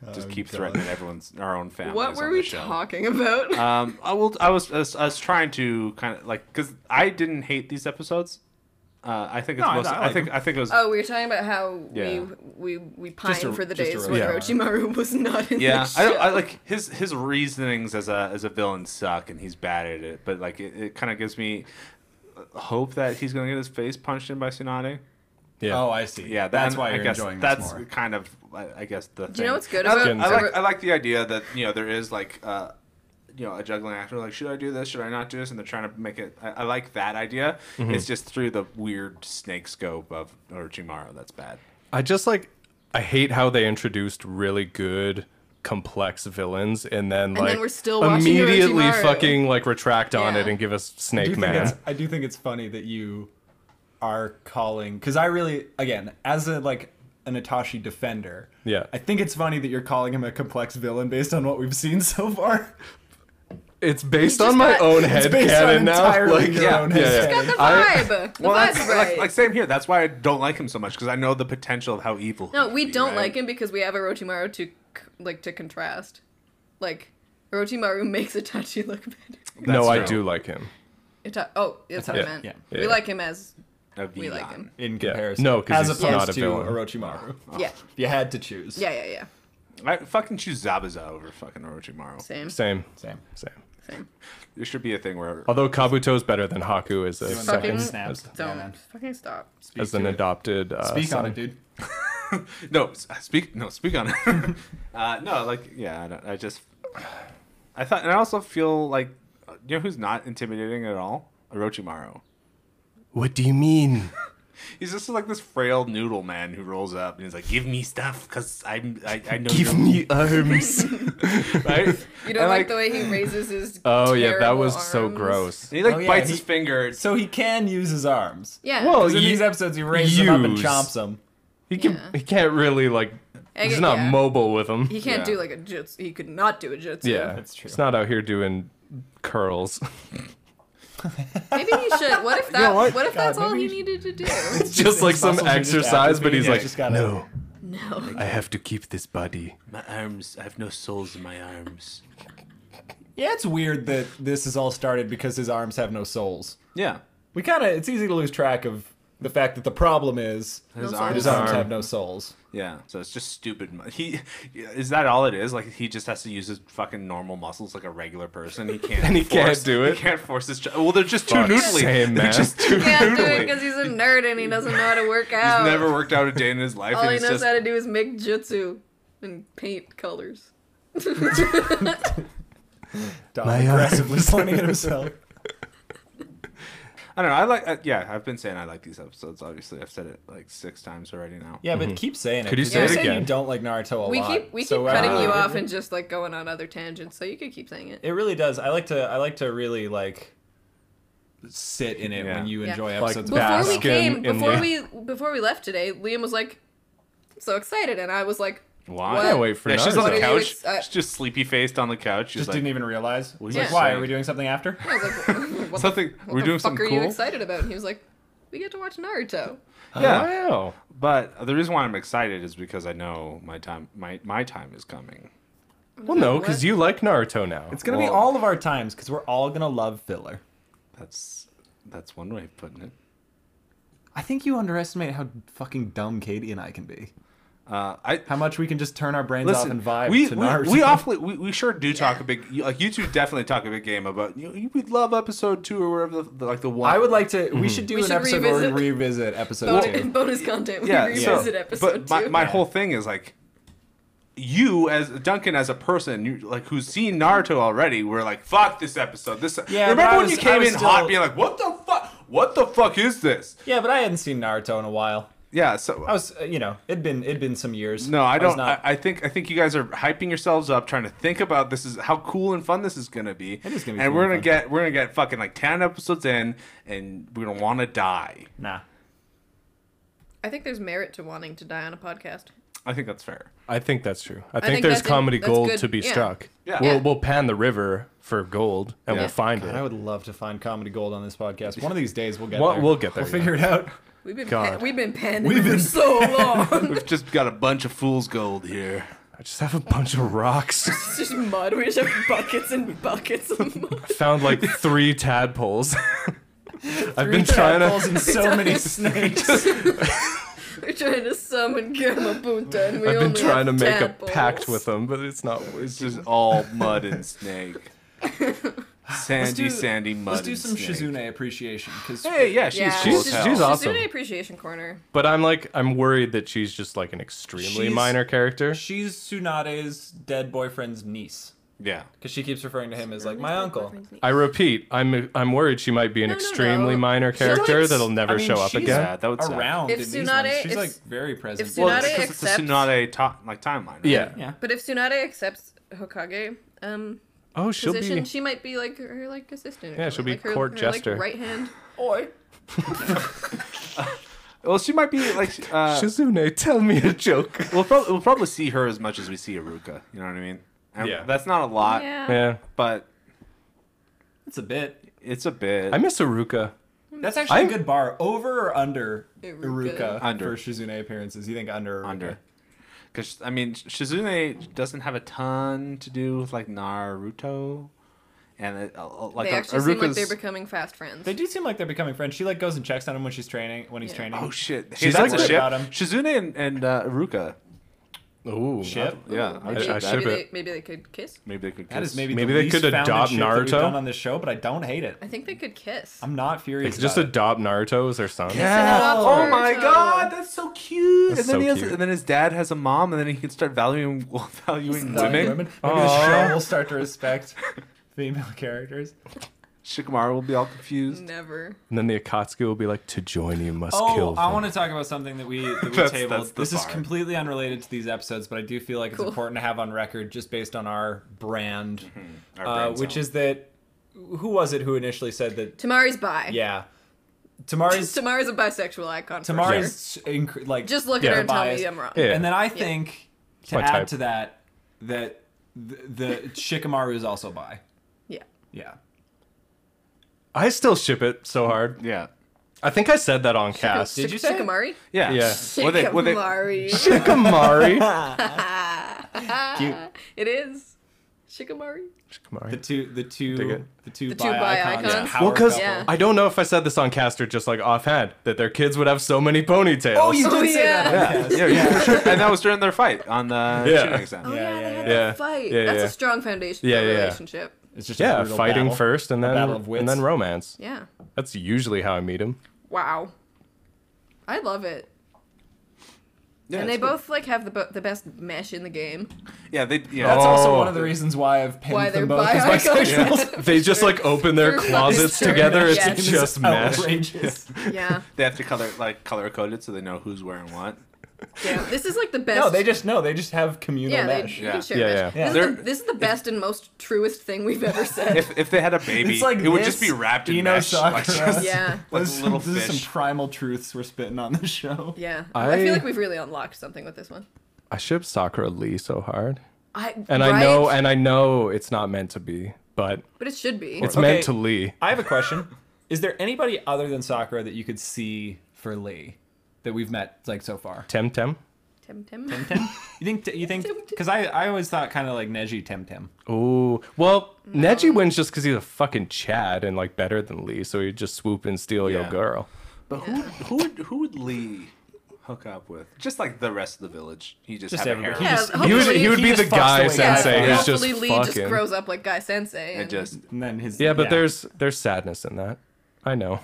S3: Oh,
S1: Just keep threatening everyone's our own family.
S5: what were we talking about?
S1: Um, I will. I was. I was, I was trying to kind of like because I didn't hate these episodes. Uh, I think it's
S3: No, I-
S1: most.
S3: I
S1: I,
S3: like
S1: think. I think it was.
S5: oh, we were talking about how
S1: Yeah.
S5: we we we pine
S3: a-
S5: for the
S3: just a
S5: days when
S2: yeah.
S5: Orochimaru [LAUGHS] was not in
S1: yeah,
S5: the show.
S1: I, don't- I like his his reasonings as a as a villain suck, and he's bad at it. But like it, it kind of gives me hope that he's gonna get his face punched in by Tsunade.
S2: Yeah.
S3: Oh, I see.
S1: Yeah, that-
S3: that's
S1: and
S3: why
S1: I
S3: you're
S1: guess
S3: enjoying
S1: that's
S3: this more.
S1: kind of I, I guess the. Do
S5: you know what's good
S1: I,
S5: about-
S1: like- I
S5: Ginza?
S1: like I like the idea that you know there is like uh, you know a juggling actor like should I do this should I not do this and they're trying to make it. I, I like that idea.
S2: Mm-hmm.
S1: It's just through the weird snake scope of Orochimaru that's bad.
S2: I just like I hate how they introduced really good complex villains and then like
S5: then we're still watching
S2: immediately
S5: Orochimaru.
S2: fucking like retract on
S5: Yeah.
S2: it and give us
S3: I do
S2: Snake
S3: think
S2: Man.
S3: it's- I do think it's funny that you are calling because I really again as a like an Itachi defender.
S2: Yeah.
S3: I think it's funny that you're calling him a complex villain based on what we've seen so
S2: [LAUGHS]
S3: far.
S2: It's based
S5: You just
S2: on my
S5: got-
S2: own
S5: It's
S2: head
S3: based on
S2: canon now.
S3: entirely
S2: Like
S3: your
S2: yeah,
S3: own
S2: yeah, yeah.
S3: head
S5: Got the
S2: I-
S5: vibe. the
S1: Well,
S5: vibe's
S1: that's
S5: right.
S1: like, like same here. That's why I don't like him so much because I know the potential of how evil. he
S5: no,
S1: could
S5: we
S1: be,
S5: don't
S1: right?
S5: like him because we have Orochimaru to c- like to contrast. Like Orochimaru [LAUGHS] makes Itachi look better.
S2: no,
S1: That's
S2: I
S1: true.
S2: do like him.
S5: Ita- oh, that's what
S2: Yeah,
S5: I meant.
S3: yeah,
S5: We
S2: yeah.
S5: like him as
S1: A
S5: we like
S1: villain.
S5: him.
S3: In
S2: Yeah.
S3: comparison,
S2: No, 'cause
S3: as
S2: he's
S3: opposed
S2: not a
S3: to
S2: villain.
S3: Orochimaru.
S5: Yeah,
S3: If you had to choose,
S5: yeah, yeah, yeah.
S1: I fucking choose Zabuza over fucking Orochimaru.
S5: Same.
S2: Same,
S3: same.
S2: same.
S5: Same.
S1: There should be a thing where
S2: Although Kabuto's better than Haku as a
S5: that
S2: second,
S5: thing?
S3: snaps.
S5: Don't
S3: Yeah, man.
S5: fucking stop.
S3: Speak
S2: as an
S3: to it.
S2: adopted. Uh,
S3: Speak
S2: son.
S3: on it, dude.
S1: no s- uh, speak no speak on it. [LAUGHS] uh, no, like yeah, I, don't, I just I thought, and I also feel like uh, you know who's not intimidating at all? Orochimaru.
S2: What do you mean?
S1: He's just like this frail noodle man who rolls up and he's like, "Give me stuff, cause I'm I, I know
S2: Give
S1: you're-"
S2: me
S5: [LAUGHS]
S2: arms.
S1: [LAUGHS]
S2: [LAUGHS]
S1: right."
S5: You don't
S1: And,
S5: like, the way he raises his.
S2: Oh yeah, that
S5: terrible
S2: was so
S5: arms?
S2: gross.
S1: and he like
S3: Oh, yeah,
S1: bites
S3: he-
S1: his finger.
S3: So he can use his arms.
S5: Yeah.
S2: Well,
S3: 'Cause in
S2: Ye-
S3: these episodes, he raises them up and
S2: use.
S3: chomps them.
S2: He can
S5: Yeah.
S2: he can't really like
S5: I
S2: he's
S5: get-
S2: not
S5: yeah.
S2: mobile with him.
S5: He can't
S1: Yeah.
S5: do like a jutsu. He could not do a jutsu.
S2: yeah,
S3: That's true.
S2: He's not out here doing curls.
S5: Maybe he should. What if that?
S2: what?
S5: what? if
S3: God,
S5: that's all
S3: maybe
S5: he
S3: you
S5: needed to do?
S1: [LAUGHS]
S2: It's just like
S3: His
S2: some
S3: muscles are just
S2: exercise, but
S3: atrophying.
S2: he's
S3: Yeah,
S2: like,
S3: just gotta-
S2: [LAUGHS] no,
S5: no.
S2: I have to keep this body.
S4: My arms, I have no souls in my arms.
S3: Yeah, it's weird that this is all started because his arms have no souls.
S1: Yeah,
S3: We kind of, it's easy to lose track of the fact that the problem is
S1: his
S5: No
S1: arms,
S3: his
S5: souls.
S1: are-
S3: arms have no souls.
S1: Yeah, so it's just stupid. mu- He is that all it is? Like he just has to use his fucking normal muscles like a regular person. He can't.
S2: [LAUGHS] And he can't
S1: force-
S2: do it?
S1: He can't force his. Ch- well, they're just too
S2: Fuck,
S1: noodly.
S2: same,
S1: they're
S2: man.
S1: just too
S5: He can't do it
S1: noodly.
S5: because he's a nerd and he doesn't know how to work
S1: He's
S5: out.
S1: never worked out a day in his life.
S5: Oh. all
S1: and
S5: he
S1: it's
S5: knows
S1: just,
S5: how to do is make jutsu and paint colors.
S3: Dom
S2: My
S3: aggressively
S2: arms.
S3: pointing at himself.
S1: I don't know. I like. Uh, yeah, I've been saying I like these episodes. Obviously, I've said it like six times already now.
S3: Yeah, but keep saying it.
S2: Could you
S3: 'cause
S2: say
S3: you're
S5: it
S3: saying
S2: again?
S3: You don't like Naruto a
S5: We
S3: lot.
S5: keep we keep
S3: so, uh,
S5: cutting you
S3: it-
S5: off and just like going on other tangents, so you could keep saying it.
S3: It really does. I like to. I like to really like sit in it
S1: Yeah.
S3: when you
S5: Yeah.
S3: enjoy
S2: Like
S3: episodes.
S2: that.
S5: Before we
S2: Baskin
S5: came,
S2: in
S5: before
S2: the-
S5: we before we left today, Liam was like, "I'm so excited," and I was like,
S1: Why?
S5: What?
S2: I can't wait for
S1: Yeah, she's on
S5: What
S1: the
S5: are
S2: Naruto.
S5: you
S1: couch.
S5: ex- uh,
S1: she's just sleepy faced on the couch. She's
S3: just
S1: like,
S3: didn't even realize. It's
S1: Yeah.
S3: like, why
S1: saying?
S3: are we doing something after?
S5: I was like, [LAUGHS] "What the
S1: something.
S5: What
S1: we're
S5: the
S1: doing
S5: fuck
S1: something
S5: are
S1: cool.
S5: you excited about? And he was like, we get to watch Naruto.
S1: Yeah.
S2: Wow.
S1: But the reason why I'm excited is because I know my time. My my time is coming.
S2: Well, no,
S5: What?
S2: because you like Naruto now.
S3: It's gonna be
S1: Well-
S3: all of our times because we're all gonna love filler.
S1: That's that's one way of putting it.
S3: I think you underestimate how fucking dumb Katie and I can be.
S1: Uh, I
S3: How much we can just turn our brains off
S1: listen.
S3: and vibe
S1: we,
S3: to Naruto. [LAUGHS]
S1: we we awfully we, we sure do talk a big you- like you two definitely talk a big game about you. you would love episode two or whatever the, the- like the one.
S3: I would like to. We should do
S5: We
S3: an
S5: should
S3: episode where we revisit episode
S5: Bonus,
S3: two.
S5: bonus content. We
S1: yeah.
S5: revisit
S1: so,
S5: episode
S1: but my,
S5: two.
S1: my whole thing is like you as Duncan as a person you like who's seen Naruto already. We're like fuck this episode. This
S3: Yeah, but I
S1: remember when
S3: was-
S1: you
S3: I
S1: came in
S3: was
S1: hot
S3: still-
S1: being like what the fuck what the fuck is this?
S3: Yeah, but I hadn't seen Naruto in a while.
S1: yeah. So
S3: I was, uh, you know, it'd been it'd been some years.
S1: no, I
S3: was
S1: don't. I, I think I think you guys are hyping yourselves up, trying to think about this is how cool and fun this is gonna be. It
S3: is gonna be
S1: and
S3: cool
S1: we're
S3: and
S1: gonna
S3: fun.
S1: get we're gonna get fucking like ten episodes in, and we're gonna want to die.
S3: nah.
S5: I think there's merit to wanting to die on a podcast.
S1: I think that's fair.
S2: I think that's true. I think,
S5: think
S2: there's
S5: that's a-
S2: comedy
S5: that's
S2: gold
S5: good-
S2: to be
S5: yeah.
S2: struck.
S1: Yeah.
S2: We'll,
S5: Yeah.
S2: we'll pan the river for gold and
S5: Yeah.
S2: we'll find
S3: God, I
S2: it.
S3: would love to find comedy gold on this podcast. One of these days we'll get
S2: We'll-
S3: there.
S2: we'll get there,
S3: We'll figure it out.
S5: We've been
S2: God.
S5: pe- we've been penned
S3: We've
S5: for
S3: been-
S2: [LAUGHS]
S5: so long.
S1: We've just got a bunch of fool's gold here.
S2: I just have a bunch of rocks.
S5: it's just mud. We just have buckets and buckets of mud.
S2: Found like three tadpoles. [LAUGHS] I've
S3: Three
S2: been trying
S3: tadpoles
S2: to.
S3: and so many snakes.
S5: We're trying to summon Gamabunta, and we
S2: I've been
S5: only
S2: trying to
S5: have
S2: make
S5: tadpoles.
S2: a pact with them, but it's not.
S1: It's just
S3: [LAUGHS]
S1: all mud and snake. Sandy,
S3: do-
S1: sandy mud.
S3: Let's do
S1: and
S3: some
S1: snake.
S3: Shizune appreciation because
S1: Hey, yeah, she's
S5: Yeah,
S1: cool
S2: She's-
S1: as hell.
S2: she's awesome.
S5: Shizune appreciation corner.
S2: But I'm like, I'm worried that she's just like an extremely
S3: She's-
S2: minor character.
S3: she's Tsunade's dead boyfriend's niece
S1: yeah.
S3: because she keeps referring to him as like my uncle.
S2: I repeat, I'm I'm worried she might be an
S5: No, no,
S2: extremely
S5: no.
S2: minor
S5: She
S2: character
S5: likes-
S2: that'll never
S3: I mean,
S2: show up
S3: she's
S2: again.
S1: Sad, that would suck.
S3: Around
S5: If
S3: in these
S5: Tsunade-
S3: ones. she's
S5: if-
S3: like very present.
S5: if
S1: Well, it's
S5: Tsunade
S1: because it's a
S5: accepts-
S1: Tsunade ta- like timeline. right?
S2: Yeah.
S3: yeah.
S5: But if Tsunade accepts Hokage um,
S2: Oh, she'll
S5: position,
S2: be.
S5: she might be like her like assistant. or something,
S2: Yeah, she'll be
S5: like her-
S2: court
S5: her,
S2: jester.
S5: Like, right hand. Oi.
S1: Well, she might be
S3: [LAUGHS]
S1: like. Uh,
S2: [LAUGHS] Shizune, tell me a joke.
S1: we'll, prob- we'll probably see her as much as we see Aruka. You know what I mean? And
S2: Yeah.
S1: That's not a lot,
S5: Yeah.
S2: Yeah,
S1: but
S3: It's a bit.
S1: it's a bit.
S2: I miss Aruka.
S3: That's actually
S2: I'm-
S3: a good bar. Over or under
S5: Iruka.
S3: Iruka
S1: Under.
S3: for Shizune appearances? You think under? Or Iruka?
S1: under. Because I mean, Shizune doesn't have a ton to do with like Naruto, and it, uh, uh, like
S5: they
S1: uh,
S5: actually seem like they're
S1: Iruka's-
S5: becoming fast friends.
S3: They do seem like they're becoming friends. She like goes and checks on him when she's training. When he's
S5: Yeah.
S3: training.
S1: Oh shit! Hey,
S2: She's
S1: that's
S2: like
S1: a
S2: the-
S1: ship.
S3: about him.
S1: Shizune and, and uh, Aruka.
S2: Ooh,
S3: ship.
S1: Yeah, I,
S5: maybe,
S1: I,
S2: I
S5: maybe,
S2: ship
S5: they,
S2: it.
S5: maybe they could kiss.
S1: maybe they could.
S3: That
S1: kiss.
S3: is maybe,
S2: Maybe
S3: the
S2: they
S3: least
S2: could
S3: founded
S2: adopt
S3: ship that we've
S2: Naruto.
S3: done on this show, but I don't hate it.
S5: I think they could kiss.
S3: I'm not furious.
S2: Just
S3: about it.
S2: adopt Naruto as their son.
S1: Yeah.
S5: Instead of
S1: Oh my
S5: Naruto.
S1: god, that's so cute.
S2: That's
S1: and then
S2: so
S1: he has,
S2: cute.
S1: and then his dad has a mom, and then he can start valuing [LAUGHS] valuing women.
S3: Maybe the show will start to respect [LAUGHS] female characters.
S1: Shikamaru will be all confused.
S5: Never.
S2: And then the Akatsuki will be like, "To join you must
S3: Oh,
S2: kill."
S3: I
S2: them."
S3: want to talk about something that we, that we
S1: That's-
S3: tabled.
S1: that's the
S3: this is
S1: bar.
S3: completely unrelated to these episodes, but I do feel like it's
S5: Cool.
S3: important to have on record just based on our brand,
S1: Our
S3: uh,
S1: brains
S3: which
S1: don't.
S3: is that who was it who initially said that?
S5: Tamari's bi.
S3: Yeah, Tamari's
S5: Tamari's a bisexual icon. for sure.
S3: Tamari's inc- like
S5: Just look
S2: Yeah.
S5: at her and tell
S3: biased.
S5: me I'm wrong.
S2: Yeah.
S3: And then I think to
S2: my
S3: add
S2: type.
S3: to that that the, the Shikamaru is also bi.
S5: Yeah.
S3: Yeah.
S2: I still ship it so hard.
S1: yeah.
S2: I think I said that on cast.
S3: Did you say it?
S5: Shikamari?
S1: Yeah.
S2: Yeah.
S1: What they- what they-
S5: Shikamari.
S2: Shikamari.
S3: Cute.
S5: It is. Shikamari.
S3: The
S2: Shikamari.
S3: two the
S2: Dig
S3: two
S2: it.
S3: the two
S5: The two
S3: bi
S5: bi
S3: icons.
S5: icons.
S3: power
S2: Well, because
S3: couple.
S5: Yeah.
S2: I don't know if I said this on cast or just like offhand that their kids would have so many ponytails.
S3: Oh, you did
S5: Oh,
S3: say
S5: yeah.
S3: that. on
S1: Yeah,
S3: the
S1: yeah, yeah, for sure. And that was during their fight on the
S2: Yeah.
S1: shooting exam.
S5: Oh,
S3: Yeah,
S5: yeah,
S3: yeah,
S5: they had
S2: yeah.
S5: that fight.
S2: Yeah,
S5: That's
S2: yeah.
S5: a strong foundation
S2: Yeah,
S5: for a
S2: yeah, yeah.
S5: relationship.
S3: It's just a
S2: yeah,
S3: brutal
S2: fighting
S3: battle.
S2: first and then
S3: battle of
S2: and
S3: wits.
S2: then romance.
S5: Yeah.
S2: That's usually how I meet him.
S5: Wow. I love it.
S1: Yeah,
S5: and they
S1: it's cool.
S5: both like have the bo- the best mesh in the game.
S1: Yeah, they. Yeah,
S3: That's
S1: that's-
S2: Oh.
S3: also one of the reasons why I've pinned
S5: Why they're
S3: them both as
S5: bi
S3: [LAUGHS]
S5: icons. [LAUGHS]
S3: bisexuals.
S2: They just like open their
S5: They're
S2: closets
S5: fucking sure.
S2: together. It's
S5: Yes.
S2: just
S3: [LAUGHS]
S2: mesh.
S3: Outrageous.
S5: Yeah.
S1: They have to color like color code it so they know who's wearing what.
S5: Yeah. This is like the best.
S3: no, they just no, they just have communal
S5: yeah, they,
S3: mesh.
S5: you
S1: Yeah.
S5: can share
S2: Yeah,
S5: mesh.
S2: yeah.
S5: This,
S1: Yeah.
S5: Is the, this is the best and most truest thing we've ever said.
S1: If, if they had a baby,
S3: It's like
S1: it would
S3: this,
S1: just be wrapped in
S3: Eno
S1: mesh. Like,
S3: Sakura.
S1: just,
S5: yeah.
S1: Like
S3: Those-
S1: little
S3: this is
S1: fish.
S3: some primal truths we're spitting on the show.
S5: Yeah. I, feel
S2: I-
S5: like we've really unlocked something with this one.
S2: I ship Sakura Lee so hard,
S5: I
S2: and I
S5: right?
S2: know, and I know it's not meant to be, but
S5: But it should be.
S2: it's
S3: Okay.
S2: meant to Lee.
S3: I have a question. Is there anybody other than Sakura that you could see for Lee that we've met like so far?
S2: Temtem.
S5: Tim Tim.
S3: You think? You think? Because I, I always thought kind of like Neji Temtem.
S2: Ooh, well, Neji wins just because he's a fucking Chad and like better than Lee, so he'd just swoop and steal
S1: Yeah.
S2: your girl.
S1: But who who would who would Lee hook up with? Just like the rest of the village. He just,
S3: Just
S1: have a
S3: everybody.
S1: harem.
S5: Yeah,
S2: He would,
S5: Hopefully-
S2: he would
S3: He
S2: be
S3: just
S2: the
S3: fucks
S2: guy
S3: the way guy
S2: sensei
S3: fucks.
S2: who's just
S5: Hopefully Lee
S2: fucking.
S5: just grows up like Guy Sensei. And,
S1: And just
S3: And then his
S2: yeah, but there's there's sadness in that.
S3: [LAUGHS]
S2: I know.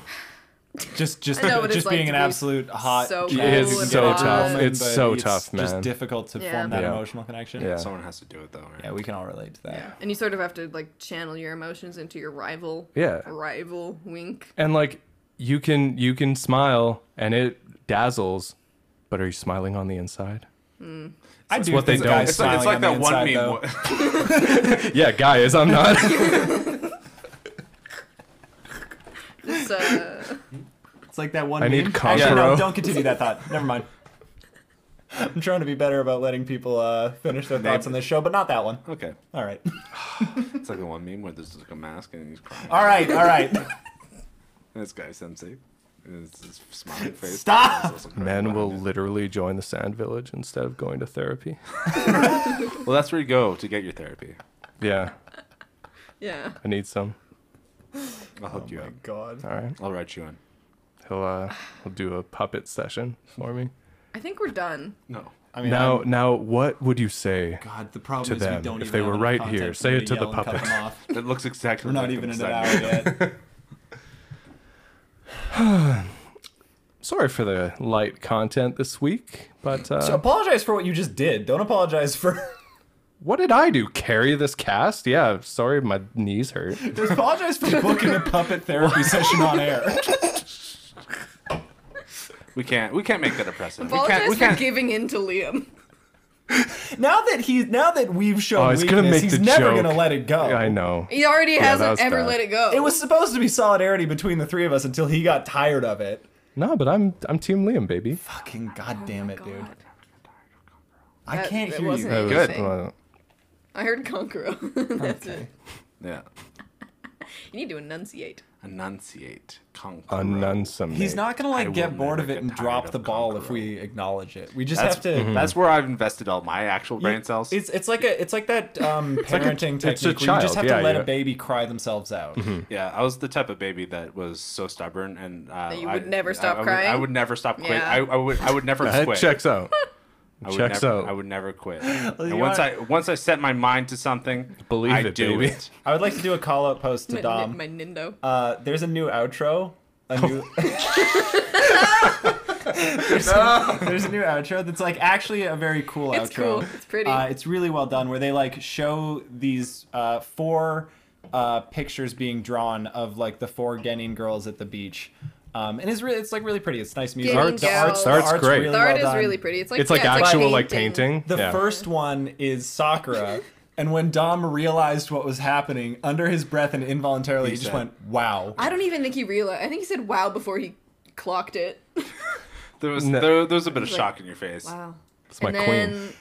S3: just just
S5: I know what it's
S3: just
S5: like
S3: being
S5: to
S3: an
S5: be
S3: absolute hot.
S5: so
S3: Chad
S5: It is
S3: who can
S5: so
S3: get into
S5: tough.
S3: woman,
S2: It's
S3: but
S2: so
S3: it's
S2: tough,
S3: Just
S2: man.
S3: difficult to
S5: Yeah.
S3: form that
S2: Yeah.
S3: emotional connection.
S2: Yeah.
S1: someone has to do it though, right?
S3: Yeah, we can all relate to that.
S5: and you sort of have to like channel your emotions into your rival.
S2: Yeah.
S5: Rival wink.
S2: and like you can you can smile and it dazzles But are you smiling on the inside?
S3: I do
S2: what they
S3: think the
S2: don't.
S3: guy's
S2: It's
S1: like, it's
S3: smiling
S1: like
S3: on
S1: that
S3: the
S1: one
S3: inside,
S1: meme.
S3: though.
S1: where- [LAUGHS]
S2: Yeah, guys,
S3: [LAUGHS]
S2: I'm not.
S5: It's, uh,
S3: It's like that one.
S2: I need
S3: meme. Actually, no,
S2: Conqueror.
S3: don't continue that thought. Never mind. I'm trying to be better about letting people uh, finish their thoughts on this show, but not that one.
S1: okay,
S3: All right.
S1: it's like the one meme where there's like a mask and he's crying.
S3: All right. All right.
S1: And this guy sensei, and it's this smiling face.
S3: Stop!
S1: He's also crying
S2: Men
S1: behind
S2: will
S1: it.
S2: literally join the sand village instead of going to therapy.
S1: Well, that's where you go to get your therapy.
S2: Yeah,
S5: yeah.
S2: I need some.
S1: I'll hook you up.
S3: God.
S2: All right,
S1: I'll write you in.
S2: he'll uh, he'll do a puppet session for me.
S5: I think we're done.
S1: No.
S3: I mean,
S2: now,
S3: I'm-
S2: now, what would you say?
S3: God, the problem
S2: to
S3: is
S2: them,
S3: we don't
S2: if
S3: even
S2: they
S3: have
S2: were
S3: enough
S2: right
S3: content
S2: here,
S3: for
S2: say
S3: me
S2: it to the
S3: yell and cut
S2: puppet.
S3: them off.
S1: It looks exactly
S3: [LAUGHS] We're not
S1: like
S3: even
S1: them
S3: in an hour
S1: sending-
S3: yet.
S2: Sorry for the light content this week, but uh,
S3: So apologize for what you just did. Don't apologize for. [LAUGHS]
S2: what did I do? Carry this cast? Yeah, sorry, my knees hurt.
S3: Just apologize [LAUGHS] for booking a puppet therapy session on air.
S1: We can't. We can't make that a precedent. We
S5: Apologize
S1: can't. We
S5: for
S1: can't.
S5: giving in to Liam.
S3: [LAUGHS] Now that he's now that we've
S2: Oh,
S3: shown
S2: he's
S3: weakness,
S2: gonna make
S3: he's
S2: the
S3: never
S2: joke.
S3: gonna let it go.
S2: I know.
S5: He already
S2: that
S5: hasn't
S2: was
S5: ever
S2: bad.
S5: let it go.
S3: It was supposed to be solidarity between the three of us until he got tired of it.
S2: No, but I'm I'm Team Liam, baby.
S3: Fucking goddamn it, dude!
S5: Oh God.
S3: I
S5: That-
S3: can't
S5: that
S3: hear
S5: wasn't
S3: you.
S2: That was-
S1: Good.
S2: well,
S5: I heard Conqueror. [LAUGHS] That's it.
S1: Yeah.
S5: You need to enunciate.
S1: Enunciate. Conquer.
S2: ununsome.
S3: He's not gonna like
S1: I
S3: get
S1: will
S3: bored of
S1: never
S3: it
S1: get
S3: and
S1: tired
S3: drop
S1: of
S3: the ball if
S1: Conqueror.
S3: we acknowledge it. We just
S1: That's,
S3: have to.
S2: mm-hmm.
S1: that's where I've invested all my actual brain cells.
S3: It's it's like a it's like
S2: [LAUGHS]
S3: that um, parenting
S2: it's a
S3: technique where you just
S2: child,
S3: have
S2: yeah,
S3: to let
S2: yeah. Mm-hmm.
S3: a baby cry themselves out.
S1: Yeah, I was the type of baby that was so stubborn and uh,
S5: That you
S1: I-
S5: would never
S1: I-
S5: stop
S1: I would- I
S5: crying?
S1: would never stop quit.
S5: Yeah.
S1: I, I would I would never
S2: [LAUGHS] That
S1: quit.
S5: [LAUGHS]
S2: checks out.
S1: I would
S2: checks
S1: never,
S2: out.
S1: I would never quit.
S3: you
S1: and once
S3: are-
S1: I once I set my mind to something,
S2: Believe
S1: I
S2: it,
S1: do
S2: baby.
S1: it.
S3: I would like to do a call out post to
S5: My,
S3: Dom.
S5: my Nindo.
S3: Uh, there's a new outro. A new. [LAUGHS] there's, a, there's a new outro that's like actually a very cool
S5: It's
S3: outro.
S5: cool. It's pretty.
S3: Uh, it's really well done, where they like show these uh, four uh, pictures being drawn of like the four Genin girls at the beach, um, and it's really it's like really pretty. It's nice music.
S5: Genin
S3: the
S5: girls.
S3: art's, the
S2: Art's great.
S3: Really
S5: the art
S3: well
S5: is
S3: done.
S5: really pretty. It's like
S2: It's like
S5: yeah,
S2: actual like painting.
S3: The
S2: yeah.
S3: first one is Sakura. And when Dom realized what was happening, under his breath and involuntarily, he,
S1: He
S3: just
S1: said-
S3: went, "Wow!"
S5: I don't even think he realized. I think he said wow before he clocked it.
S1: There was
S2: No.
S1: there, there was a bit of
S5: Like,
S1: shock in your face.
S5: [LAUGHS] Wow.
S2: It's my
S5: and
S2: queen.
S5: then,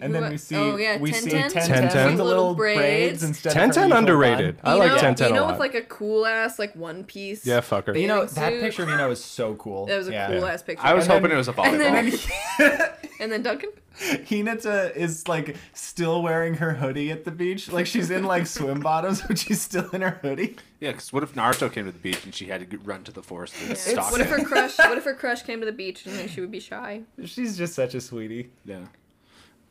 S3: And
S5: Who
S3: then
S5: wa-
S3: we see
S5: oh, yeah,
S3: we see
S5: 10-10.
S2: 10-10.
S3: with
S2: With
S3: little,
S5: little
S3: braids,
S5: braids.
S3: instead of her
S2: 1010
S3: usual
S2: underrated.
S3: bun.
S2: I
S5: you
S2: like
S5: know,
S2: 1010
S5: Eno
S2: a lot.
S5: with like a cool ass like one piece.
S2: yeah, fucker.
S3: You know
S5: bathing
S3: that
S5: suit.
S3: picture of Eno is so cool.
S5: That was a
S3: yeah.
S5: cool
S3: [LAUGHS]
S5: ass picture.
S1: I was
S3: And then-
S1: hoping it was a volleyball.
S5: and then, [LAUGHS] and then Duncan.
S3: Hinata is like still wearing her hoodie at the beach. Like she's in like swim bottoms, [LAUGHS] but she's still in her hoodie.
S1: yeah, because what if Naruto came to the beach and she had to g- run to the forest and stalk
S5: What if
S1: him?
S5: her crush? What if her crush came to the beach and then she would be shy?
S3: She's just such a sweetie.
S1: Yeah,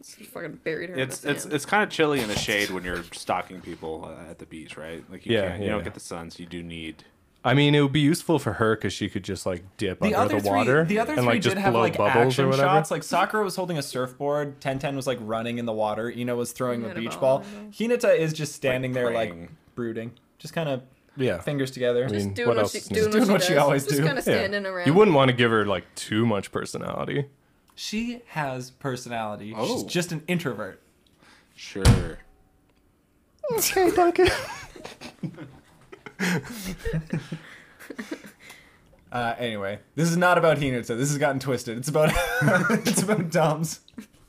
S5: She fucking buried her.
S1: it's
S5: in the
S1: it's
S5: sand.
S1: it's kind of chilly
S5: [LAUGHS]
S1: in the shade when you're stalking people uh, at the beach, right? Like you
S2: Yeah,
S1: can't, you
S2: yeah,
S1: don't
S2: yeah.
S1: get the sun, so you do need.
S2: I mean, it would be useful for her because she could just like dip
S3: The other
S2: under the
S3: three,
S2: water
S3: the other
S2: and
S3: three
S2: like just
S3: did have
S2: blow
S3: like
S2: bubbles or
S3: action
S2: whatever.
S3: shots. Like Sakura was holding a surfboard, Tenten was like running in the water, Ino was throwing
S5: He
S3: a
S5: had a
S3: beach
S5: ball
S3: ball.
S5: in
S3: Hinata is just standing there like
S1: praying.
S3: brooding, just kind of
S2: yeah,
S3: fingers together.
S2: mean,
S5: doing
S2: what
S5: what,
S2: else
S5: she,
S2: is
S5: doing
S2: new?
S5: what
S3: Doing
S5: she
S3: what she
S5: does.
S3: always
S5: Just
S3: do.
S5: kind of
S2: Yeah.
S5: standing around.
S2: You wouldn't want to give her like too
S5: [LAUGHS]
S2: much personality.
S3: She has personality. She's
S1: Oh.
S3: just an introvert.
S1: Sure.
S2: Okay, Duncan.
S3: Uh, anyway, this is not about Hinata. This has gotten twisted. It's about [LAUGHS] it's about Dom's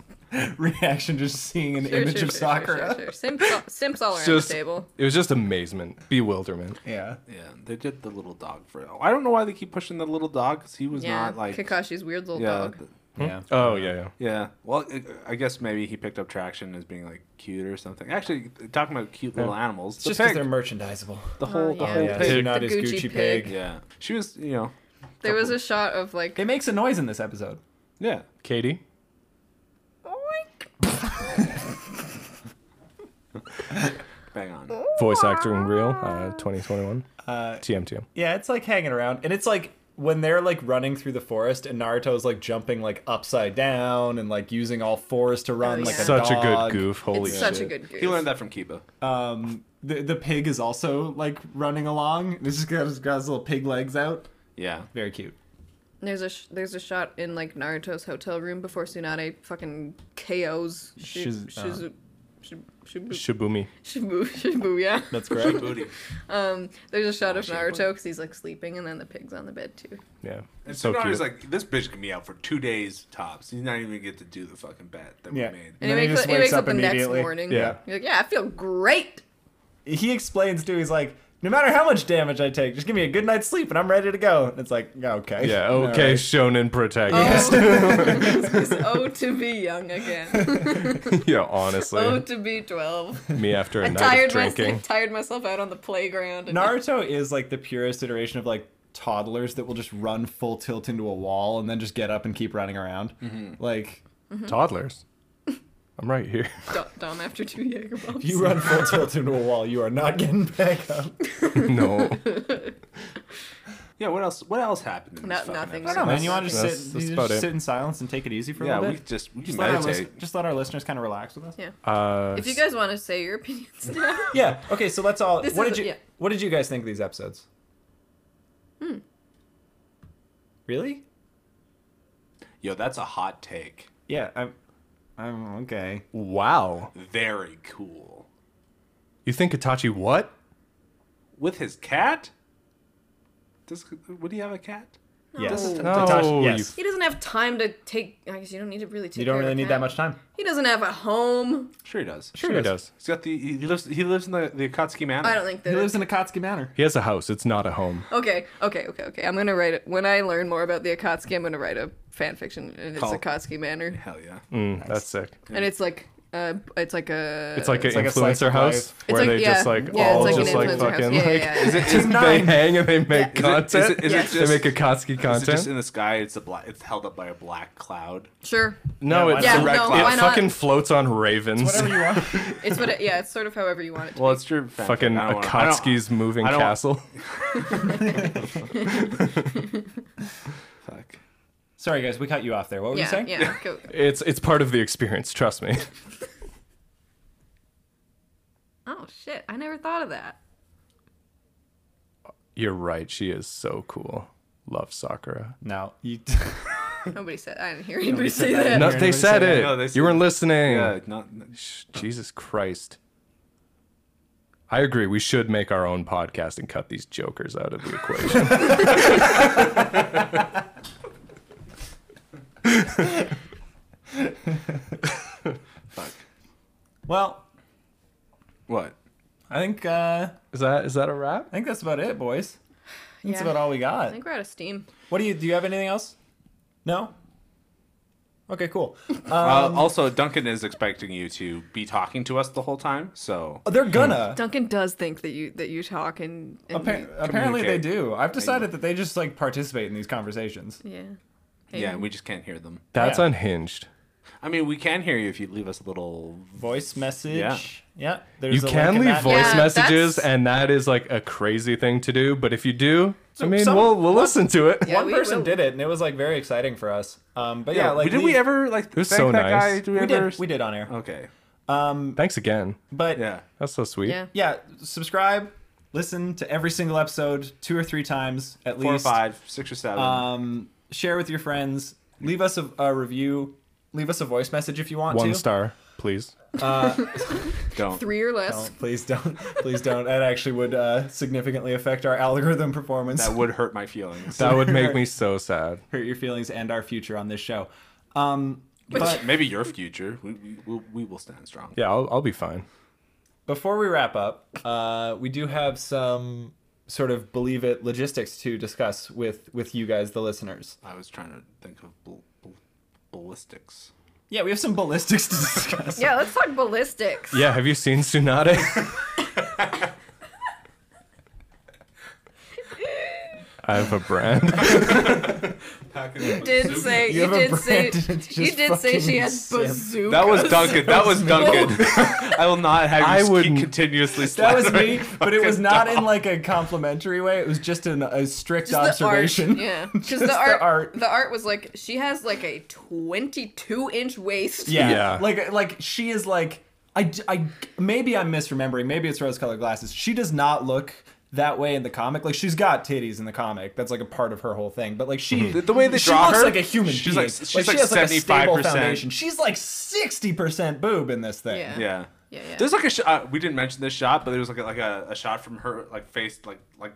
S3: [LAUGHS] reaction to seeing an
S5: Sure,
S3: image
S5: sure,
S3: of
S5: sure,
S3: Sakura.
S5: Sure, sure, sure. Simps, all- simps all around
S2: Just-
S5: the table.
S2: It was just amazement, bewilderment.
S3: Yeah.
S1: Yeah, they did the little dog for. I don't know why they keep pushing the little dog because he was
S5: Yeah,
S1: not like.
S5: Kakashi's weird little
S1: yeah,
S5: dog.
S1: th-
S3: Yeah.
S2: Oh yeah, yeah.
S1: yeah. Well, it, I guess maybe he picked up traction as being like cute or something. Actually, talking about cute little animals,
S3: It's
S1: the
S3: just
S1: pig,
S3: because they're merchandisable.
S1: the whole, the
S5: Oh, yeah.
S1: whole
S5: Yeah.
S1: pig.
S5: The
S3: Tsunade's
S5: Gucci
S3: Gucci
S5: pig.
S3: pig.
S1: Yeah, she was, you know,
S5: There was a shot of like
S3: It makes a noise in this episode.
S1: yeah.
S2: Katie.
S5: Oh
S1: Bang on.
S2: voice actor in real uh, 2021
S3: Uh,
S2: tmtm
S3: yeah, it's like hanging around, and it's like when they're like running through the forest, and Naruto's like jumping like upside down and like using all fours to run
S5: Oh,
S3: like
S5: yeah.
S3: a
S2: such a
S3: dog.
S2: good goof holy
S5: it's
S2: shit
S5: such a good goof.
S1: He learned that from Kiba.
S3: Um, the the pig is also like running along. This has got, it's got his little pig legs out.
S1: Yeah,
S3: Very cute.
S5: There's a sh- there's a shot in like Naruto's hotel room before Tsunade fucking KOs Shi-
S3: Shiz-
S5: Shizu- Shib- Shibu-
S2: Shibumi.
S5: Shibu- Shibuya.
S3: That's correct.
S1: Booty.
S5: Um, there's a shot of Naruto because he's like sleeping, and then the pig's on the bed too.
S2: Yeah.
S1: And
S2: so
S1: so
S2: cute.
S1: like, this bitch can be out for two days tops. He's not even gonna get to do the fucking bet that
S3: Yeah.
S1: we made.
S5: And,
S3: then
S5: he
S3: he
S5: wakes,
S3: just
S5: up, he
S3: wakes
S5: wakes up
S3: up
S5: the next
S3: immediately.
S5: morning.
S2: Yeah.
S5: You're like, yeah, I feel great.
S3: [LAUGHS] he explains too. He's like, no matter how much damage I take, just give me a good night's sleep and I'm ready to go. And it's like, yeah, okay. [LAUGHS]
S2: yeah. Okay.
S3: Alright.
S2: Shonen protagonist.
S5: Oh, oh, to be young again.
S2: [LAUGHS] yeah.
S5: Oh,
S2: Honestly,
S5: to be 12.
S2: me after a
S5: I
S2: night
S5: tired,
S2: of
S5: my,
S2: drinking.
S5: tired myself out on the playground. And
S3: Naruto is like the purest iteration of like toddlers that will just run full tilt into a wall and then just get up and keep running around.
S2: Mm-hmm.
S3: Like
S2: Toddlers. I'm
S5: [LAUGHS]
S2: right here. [LAUGHS]
S5: Dom- Dom after two Jagerbomb.
S3: you run full tilt into a wall, you are not getting back up.
S2: no.
S1: Yeah. What else? What else happened? In
S5: No-
S1: this fucking
S5: nothing.
S1: episode?
S5: I don't know,
S3: man. You want to just
S2: That's-
S3: sit,
S2: that's
S3: you
S2: about
S3: just
S2: it.
S3: sit in silence and take it easy for a
S1: Yeah.
S3: little
S1: We
S3: bit.
S1: just we
S3: just, let our
S1: meditate.
S3: lis- just let our listeners kind of relax with us.
S5: Yeah.
S2: Uh,
S5: If you guys want to say your [LAUGHS] opinions now.
S3: Yeah. Okay. So let's all.
S5: This
S3: what
S5: is-
S3: did you
S5: yeah.
S3: What did you guys think of these episodes? Hmm. Really?
S1: Yo, that's a hot take.
S3: Yeah. I'm. I'm okay.
S2: Wow.
S1: Very cool.
S2: You think Itachi what?
S1: With his cat. Does would he have a cat?
S3: Yes.
S5: No.
S2: No,
S3: Tatashi,
S2: you-
S3: yes.
S5: He doesn't have time to take. I guess you don't need to really take.
S3: You don't
S5: care of
S3: really
S5: a
S3: need
S5: cat.
S3: that much time.
S5: He doesn't have a home.
S1: Sure he does.
S2: Sure he does.
S1: He's got the he lives he lives in the the Akatsuki Manor.
S5: I don't think that.
S3: He lives in Akatsuki Manor.
S2: He has a house. It's not a home.
S5: Okay, okay, okay, okay. I'm gonna write it when I learn more about the Akatsuki. I'm gonna write a fan fiction, and it's
S1: Call-
S5: Akatsuki Manor,
S1: Hell yeah.
S2: Mm, That's sick.
S5: and it's like, uh, it's like a.
S2: It's like an
S3: like a slice
S2: influencer
S3: of
S2: house
S3: life.
S5: It's
S2: where
S5: like-
S2: they just like
S5: yeah,
S2: all
S5: it's like an
S2: just like
S5: influencer house.
S2: fucking
S5: Yeah, yeah,
S2: like
S5: yeah.
S1: Is it is,
S3: Team
S2: they
S3: Nine.
S2: hang and they make
S1: it-
S2: content.
S1: is it- is it
S5: Yes.
S2: they
S1: just-
S2: make
S1: is
S2: Akatsuki
S1: it
S2: content.
S1: just in the sky? It's a black. It's held up by a black cloud.
S5: Sure.
S2: no,
S3: Yeah,
S2: it's
S5: Yeah,
S1: a red
S5: no,
S1: cloud.
S5: why
S2: it
S5: not?
S2: fucking floats on ravens.
S3: Whatever you want.
S5: [LAUGHS] It's what. It, yeah, it's sort of however you want it. To
S1: Well, it's true.
S2: Fucking Akatsuki's moving
S1: I don't-
S2: castle. [LAUGHS]
S1: Fuck.
S3: Sorry, guys, we cut you off there. What were
S5: be.
S3: you
S5: Yeah,
S3: saying?
S5: yeah. Go.
S2: It's it's part of the experience. Trust me. [LAUGHS]
S5: Oh shit! I never thought of that.
S2: You're right. She is so cool. Love Sakura.
S3: No, you.
S5: Nobody said. I didn't hear anybody say that.
S3: said that.
S2: No,
S3: hear
S2: they
S3: anybody
S2: said
S3: say
S2: it.
S1: that. No, they
S2: you
S1: said
S2: weren't listening.
S1: Yeah. Not. not-
S2: Sh- Jesus Christ. I agree. We should make our own podcast and cut these jokers out of the equation.
S1: Fuck.
S3: [LAUGHS] well,
S1: What?
S3: I think uh,
S2: is that is that a wrap?
S3: I think that's about it, boys. That's
S5: Yeah.
S3: about all we
S5: I
S3: got.
S5: think we're out of steam.
S3: What do you do? You have anything else? No. Okay, cool.
S5: Um,
S1: Uh, also, Duncan is expecting you to be talking to us the whole time. So
S3: Oh,
S5: [LAUGHS]
S3: they're gonna.
S5: Duncan does think that you that you talk and, and
S3: Appar- apparently they
S1: communicate.
S3: do. I've decided that they just like participate in these conversations.
S5: yeah.
S1: yeah, we just can't hear them.
S2: That's
S3: Yeah.
S2: unhinged.
S1: I mean, we can hear you if you leave us a little.
S3: Voice message.
S1: Yeah.
S3: Yeah. There's
S2: you
S3: a
S2: can
S3: link in
S2: leave
S3: that.
S2: voice
S5: Yeah,
S2: messages,
S5: that's-
S2: and that is like a crazy thing to do. But if you do, I mean,
S3: some-
S2: we'll we'll listen to it.
S5: Yeah,
S3: One
S5: we
S3: person
S5: will.
S3: did it, and it was like very exciting for us. Um, but yeah, like
S1: did we, ever like
S2: was
S1: thank
S2: so
S1: that
S2: nice.
S1: guy? Did we,
S3: We
S1: ever?
S3: did. We did on air.
S1: Okay.
S3: Um,
S2: Thanks again.
S3: but
S1: Yeah.
S2: That's so sweet.
S5: Yeah.
S3: yeah, subscribe, listen to every single episode two or three times at
S1: Four,
S3: least.
S1: five, six, or seven.
S3: Um, share with your friends. Leave us a, a review. Leave us a voice message if you want
S2: One
S3: to.
S2: star, please.
S1: Don't.
S5: Three or less.
S3: Don't, please don't. [LAUGHS] Please don't. That actually would uh, significantly affect our algorithm performance.
S1: That would hurt my feelings.
S2: That
S3: [LAUGHS]
S2: would make me so sad.
S3: hurt your feelings and our future on this show. Um, but
S1: But maybe your future. We, we, we'll, we will stand strong.
S2: Yeah, I'll, I'll be fine.
S3: before we wrap up, uh, we do have some sort of believe it logistics to discuss with with you guys, the listeners.
S1: I was trying to think of bal- bal- ballistics.
S3: Yeah, we have some ballistics to [LAUGHS] discuss.
S5: Yeah, let's talk ballistics.
S2: Yeah, have you seen Tsunade? [LAUGHS] I have a brand.
S5: You did say
S3: You
S5: you,
S3: have a
S5: did say
S3: brand and it's
S5: you
S3: just
S5: did say she
S3: fucking
S5: had
S3: Sam.
S5: bazooka.
S1: That was Duncan. That was Duncan. [LAUGHS] I will not have you
S2: I
S1: keep
S2: wouldn't-
S1: continuously
S3: That was me,
S1: slandering
S3: but it was
S1: fucking
S3: not
S1: Dom.
S3: in like a complimentary way. It was just an, a strict observation.
S5: The art,
S3: [LAUGHS]
S5: yeah,
S3: Just
S5: because the art, the
S3: art.
S5: art was like she has like a twenty-two inch waist.
S3: Yeah.
S2: Yeah.
S3: Like like she is like I, d- I- maybe I'm misremembering. Maybe it's rose colored glasses. She does not look that way in the comic. Like she's got titties in the comic. That's like a part of her whole thing. But like she,
S1: The- the way they
S3: she
S1: draw
S3: looks
S1: her,
S3: like a human
S1: she's
S3: being.
S1: like- she's like
S3: she has like a stable
S1: 75%.
S3: foundation. She's like sixty percent boob in this thing.
S5: Yeah.
S1: Yeah.
S5: Yeah, yeah.
S1: There's like a sh- uh, we didn't mention this shot, but there was like a, like a, a shot from her like face like like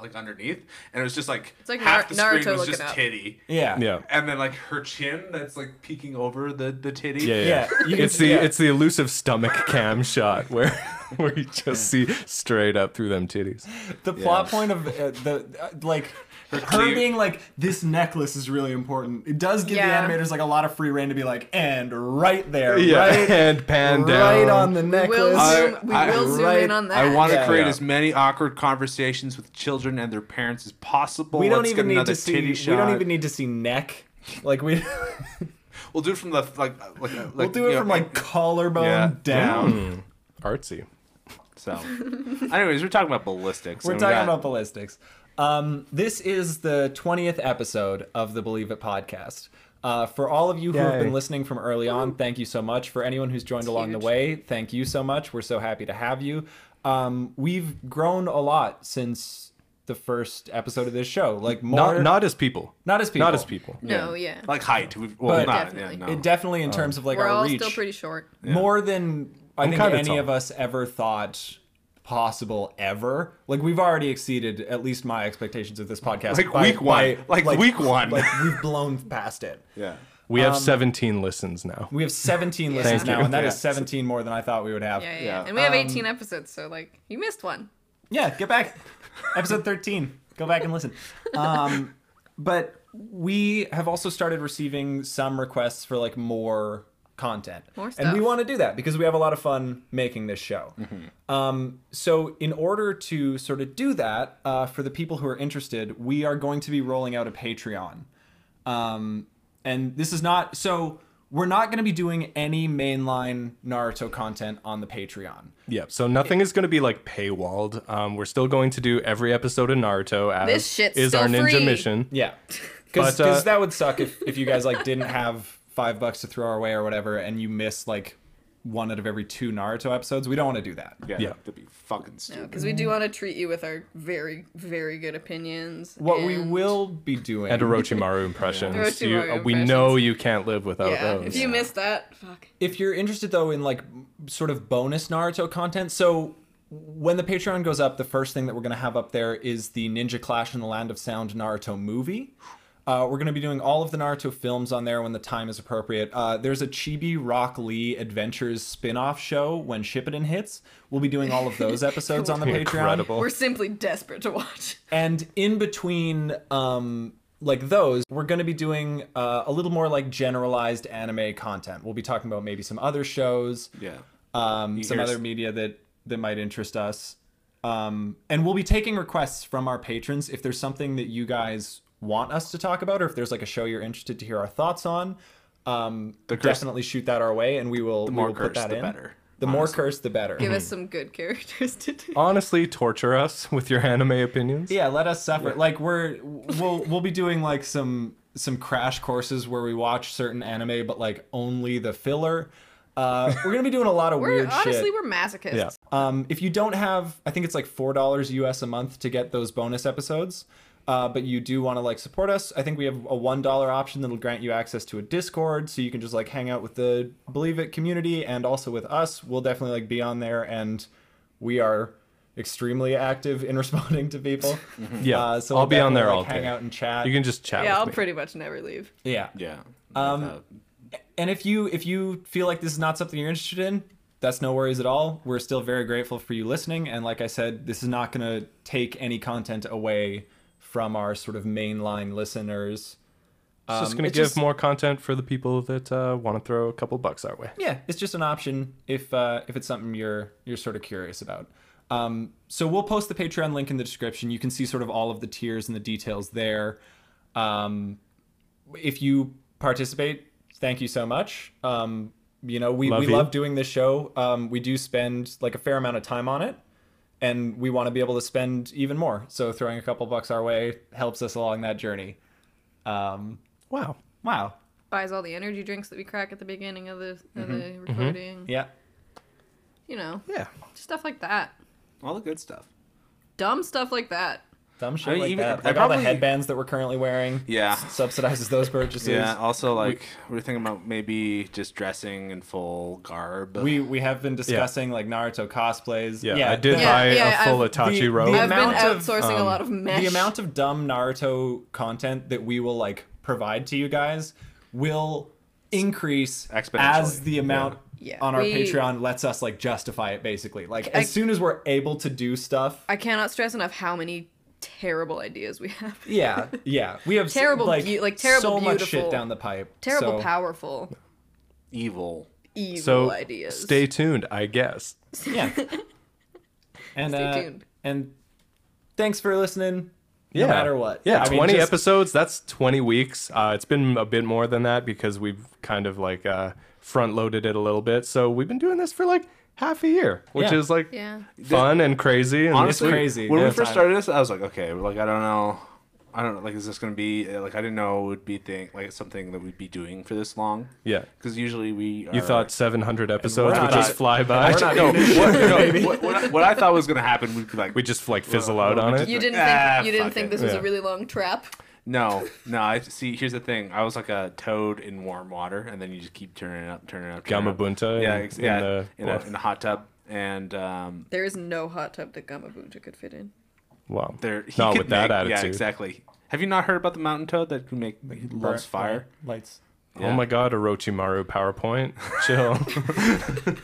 S1: like underneath, and it was just like,
S5: It's like
S1: half
S5: Nar-
S1: the screen
S5: Naruto
S1: was
S5: looking
S1: just
S5: up.
S1: titty,
S3: Yeah.
S2: Yeah.
S1: and then like her chin that's like peeking over the the titty.
S2: Yeah,
S3: Yeah,
S2: yeah.
S3: you can
S2: It's the
S3: see it.
S2: it's the elusive stomach cam shot where [LAUGHS] where you just see straight up through them titties.
S3: The plot point of uh, the uh, like her,
S1: clear-
S3: being like this necklace is really important. It does give
S5: Yeah.
S3: the animators like a lot of free rein to be like, and right there, right,
S2: and pan
S3: right
S2: down.
S3: on the
S5: We
S3: necklace.
S5: will zoom, we
S1: I-
S5: will zoom
S3: right-
S5: in on that.
S1: I want to
S3: Yeah.
S1: create
S2: Yeah.
S1: as many awkward conversations with children and their parents as possible.
S3: we don't
S1: Let's get
S3: even need
S1: another
S3: to see.
S1: titty
S3: We
S1: shot.
S3: don't even need to see neck. Like we, [LAUGHS]
S1: We'll do it from the like uh, like, uh, like
S3: we'll do it
S1: you know,
S3: from like collarbone
S1: yeah, Mm,
S3: down.
S2: Artsy.
S1: So,
S5: [LAUGHS]
S1: anyways, we're talking about ballistics.
S3: We're
S1: and we
S3: talking
S1: got-
S3: about ballistics. Um, this is the 20th episode of the Believe It podcast. Uh, for all of you who have
S2: Yay.
S3: been listening from early on, thank you so much. For anyone who's joined along
S5: huge.
S3: the way, thank you so much. We're so happy to have you. Um, we've grown a lot since the first episode of this show. Like more,
S2: Not not as people.
S3: not as people,
S2: Not as people.
S5: No, yeah.
S1: like height. We've, well,
S3: But-
S1: not,
S5: Definitely.
S1: yeah, no.
S3: It definitely in
S1: Oh.
S3: terms of like
S5: We're
S3: our
S5: all
S3: reach,
S5: still pretty short.
S3: more than I think
S2: kinda
S3: any
S2: tall.
S3: of us ever thought possible ever. Like we've already exceeded at least my expectations of this podcast.
S1: Like week one. Like week one.
S3: Like we've blown past it.
S1: yeah.
S2: We
S3: Um,
S2: have 17 listens now.
S3: We have 17 listens
S2: Thank
S3: now,
S2: you.
S3: and that is
S1: Yeah.
S3: 17 more than I thought we would have.
S5: Yeah, yeah.
S1: Yeah.
S5: And we
S3: um,
S5: have 18 episodes, so like you missed one.
S3: Yeah, get back. Episode 13. Go back and listen. Um, but we have also started receiving some requests for like more content.
S5: More
S3: And we
S5: stuff.
S3: want to do that because we have a lot of fun making this show.
S5: Mm-hmm.
S3: Um, so, in order to sort of do that, uh, for the people who are interested, we are going to be rolling out a Patreon. Um, and this is not so. We're not going to be doing any mainline Naruto content on the Patreon.
S2: Yeah, so nothing is going to be like paywalled. Um, we're still going to do every episode of Naruto as
S5: This shit's
S2: is our
S5: still
S2: ninja
S5: free.
S2: mission. [LAUGHS]
S3: Yeah, because
S2: But, uh,
S3: that would suck if, if you guys like didn't have five bucks to throw our way or whatever, and you miss like one out of every two Naruto episodes. We don't want to do that.
S1: Yeah,
S2: Yeah.
S1: that'd be fucking stupid.
S5: Because we do want to treat you with our very, very good opinions.
S3: What we
S5: and-
S3: will be doing.
S2: And
S5: [LAUGHS]
S2: Orochimaru impressions.
S5: Orochimaru
S2: You- uh, we
S5: impressions.
S2: know you can't live without
S5: Yeah.
S3: Oh,
S2: those.
S5: If you missed that, fuck.
S3: if you're interested though in like sort of bonus Naruto content, so when the Patreon goes up, the first thing that we're going to have up there is the Ninja Clash in the Land of Sound Naruto movie. Uh, we're going to be doing all of the Naruto films on there when the time is appropriate. Uh, there's a Chibi Rock Lee Adventures spin-off show when Shippuden hits. We'll be doing all of those episodes on the Patreon
S2: Incredible.
S5: We're simply desperate to watch.
S3: and in between um like those we're going to be doing uh, a little more like generalized anime content we'll be talking about maybe some other shows
S1: Yeah.
S3: um some
S1: hear s-
S3: other media that that might interest us um and we'll be taking requests from our patrons if there's something that you guys want us to talk about or if there's like a show you're interested to hear our thoughts on um
S1: The curse-
S3: definitely shoot that our way and we will the
S1: more
S3: we will put
S1: curse,
S3: that
S1: the
S3: in.
S1: better,
S3: the more curse the better
S5: Give us some good characters to
S3: Oh,
S5: do.
S2: Honestly, torture us [LAUGHS] with your anime opinions.
S3: Yeah, let us suffer. Like we're we'll we'll be doing like some some crash courses where we watch certain anime, but like only the filler. Uh, we're gonna be doing a lot of
S5: We're
S3: weird
S5: honestly
S3: shit.
S5: we're masochists.
S2: Yeah.
S3: Um, if you don't have, I think it's like four dollars US a month to get those bonus episodes. Uh, but you do want to like support us. I think we have a one dollar option that'll grant you access to a Discord, so you can just like hang out with the Believe It community and also with us. We'll definitely like be on there, and we are extremely active in [LAUGHS] responding to people.
S2: Yeah,
S3: Uh, so
S2: I'll
S3: we'll
S2: be on
S3: definitely,
S2: there
S3: like,
S2: all day.
S3: Hang out and chat.
S2: You can just chat.
S5: Yeah, I'll
S2: with me.
S5: pretty much never leave.
S3: yeah.
S1: Yeah.
S3: Um, And if you if you feel like this is not something you're interested in, that's no worries at all. We're still very grateful for you listening. And like I said, this is not going to take any content away from our sort of mainline listeners.
S2: It's just
S3: Um,
S2: going to
S3: it's
S2: give
S3: just-
S2: more content for the people that uh, want to throw a couple bucks our way.
S3: Yeah, it's just an option if uh, if it's something you're you're sort of curious about. Um, so we'll post the Patreon link in the description. You can see sort of all of the tiers and the details there. Um, if you participate, thank you so much. Um, you know, we,
S2: Love
S3: we
S2: you.
S3: love doing this show. Um, we do spend like a fair amount of time on it, and we want to be able to spend even more. So throwing a couple bucks our way helps us along that journey. Um,
S2: Wow.
S3: wow.
S5: Buys all the energy drinks that we crack at the beginning of the, of the recording.
S3: Mm-hmm. Yeah.
S5: You know,
S2: Yeah.
S5: stuff like that.
S1: all the good stuff.
S5: dumb stuff like that.
S3: Dumb shit
S1: I mean,
S3: like
S1: even-
S3: that.
S1: I
S3: Like all the
S1: probably-
S3: headbands that we're currently wearing.
S5: [LAUGHS]
S1: Yeah.
S3: s- Subsidizes those purchases.
S1: Yeah. Also, like we, are thinking about maybe just dressing in full garb.
S3: We we have been discussing like Naruto cosplays.
S2: Yeah, I did
S3: the-
S5: Yeah,
S2: buy
S5: yeah,
S2: a full
S5: I've-
S2: Itachi
S3: the-
S2: robe.
S3: the
S5: I've been
S3: amount of, um,
S5: outsourcing a lot of mesh.
S3: the amount of dumb Naruto content that we will like provide to you guys will increase as
S1: Exponentially,
S3: the amount
S5: Yeah.
S3: on our
S5: We-
S3: Patreon lets us like justify it basically. Like
S5: I-
S3: as soon as we're able to do stuff,
S5: I cannot stress enough how many terrible ideas we have.
S3: yeah, yeah, we have s-
S5: Terrible
S3: like,
S5: beau- like, terrible
S3: so much shit
S5: beautiful.
S3: down the pipe.
S5: [LAUGHS] Terrible,
S3: so,
S5: powerful,
S1: evil.
S5: evil
S2: so
S5: ideas.
S2: stay tuned, I guess.
S5: [LAUGHS]
S3: Yeah. And
S5: Stay
S3: uh,
S5: tuned.
S3: and thanks for listening.
S2: Yeah.
S3: No matter what.
S2: Yeah,
S3: I mean,
S2: 20
S3: just-
S2: episodes, that's 20 weeks. Uh, it's been a bit more than that because we've kind of like uh, front loaded it a little bit. So we've been doing this for like half a year, which
S3: Yeah.
S2: is like
S5: Yeah.
S2: fun and crazy. And
S1: Honestly,
S3: crazy.
S1: When
S3: Yeah.
S1: we first
S3: Time.
S1: started this, I was like, okay, like I don't know, I don't know, like is this gonna be like I didn't know it would be thing like something that we'd be doing for this long.
S2: Yeah.
S1: Because usually we are,
S2: You
S1: [LAUGHS]
S2: thought 700 episodes
S1: we're
S2: would
S1: not-
S2: just fly by.
S1: I
S2: [LAUGHS]
S1: don't know what, no, what, what, I- what I thought was gonna happen. We'd be like,
S2: we just like fizzle
S1: Well,
S2: out
S1: well,
S2: on
S1: we
S2: it.
S5: You
S1: like,
S5: didn't
S1: "Ah,
S5: think you didn't
S1: fuck
S5: think
S1: it."
S5: this was
S2: Yeah.
S5: a really long trap.
S1: no, no. I see. Here's the thing. I was like a toad in warm water, and then you just keep turning it up, turning it up. turning it up.
S2: Gamabunta
S1: Yeah,
S2: in-
S1: ex-
S2: in
S1: yeah.
S2: the
S1: in, a,
S2: bath.
S1: in a hot tub, and um,
S5: There is no hot tub that Gamabunta could fit
S3: Oh
S5: in.
S2: wow.
S1: there he
S2: Not
S1: could
S2: with that
S1: make-
S2: attitude.
S1: Yeah, exactly. Have you not heard about the mountain toad that can make like, he loves fire?
S3: lights.
S2: Oh my god, Orochimaru PowerPoint. [LAUGHS] Chill.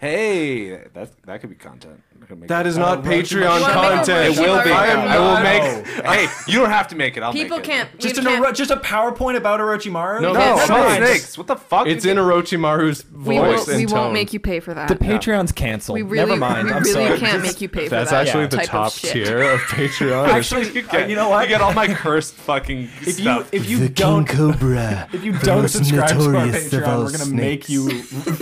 S1: Hey, that that could be content. I could make
S2: that
S1: it.
S2: is [LAUGHS] not
S5: You
S2: Patreon
S5: wanna make a
S2: content.
S1: It will be.
S5: I am
S1: I will
S5: not-
S1: make. [LAUGHS] Hey, you don't have to make it. I'll
S5: People
S1: make it.
S5: can't.
S3: Just
S5: we
S3: an Oro-
S5: can't,
S3: just a PowerPoint about Orochimaru.
S2: No,
S1: No,
S2: It's
S1: it's about
S2: fine.
S1: snakes. What the fuck?
S2: It's
S1: You
S2: in
S1: can-
S2: Orochimaru's
S5: we, will,
S2: voice
S5: we
S2: and
S5: won't
S2: tone.
S5: make you pay for that.
S3: The Patreon's canceled.
S5: we really,
S3: Never mind.
S5: we
S3: I'm
S5: really
S3: sorry.
S5: can't make you pay for
S2: That's
S5: that.
S2: actually the
S5: type of
S2: top
S5: shit.
S2: tier of Patreon.
S3: Actually,
S1: You,
S3: uh,
S1: get,
S3: you know what?
S1: You get all my cursed fucking
S3: if you
S1: stuff.
S3: if you don't
S4: Cobra.
S3: if you don't
S4: most
S3: subscribe to our
S4: notorious of
S3: Patreon,
S4: all
S3: we're gonna make
S4: snakes.
S3: you
S5: [LAUGHS]
S3: [LAUGHS]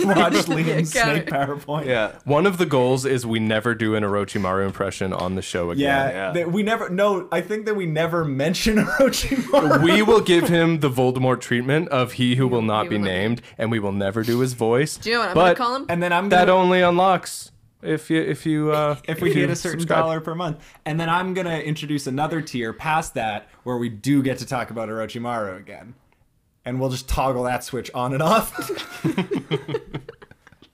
S3: watch Liam's
S5: Yeah, got
S3: snake
S5: it.
S3: PowerPoint.
S1: yeah.
S2: One of the goals is we never do an Orochimaru impression on the
S3: Yeah,
S2: show again.
S1: Yeah.
S3: that we never. No, I think that we never mention [LAUGHS] Orochimaru.
S2: We will give him the Voldemort treatment of he who will not
S5: He
S2: be
S5: will not be-
S2: named, and we will never do his
S5: [LAUGHS]
S2: voice.
S5: Do you know what I'm
S2: but
S5: gonna call him?
S3: and then I'm
S2: That
S3: gonna,
S2: only unlocks if you if you uh,
S3: [LAUGHS] if we
S2: you
S3: hit a certain
S2: subscribe.
S3: dollar per month, and then I'm gonna introduce another tier past that where we do get to talk about Orochimaru again, and we'll just toggle that switch on and off. [LAUGHS]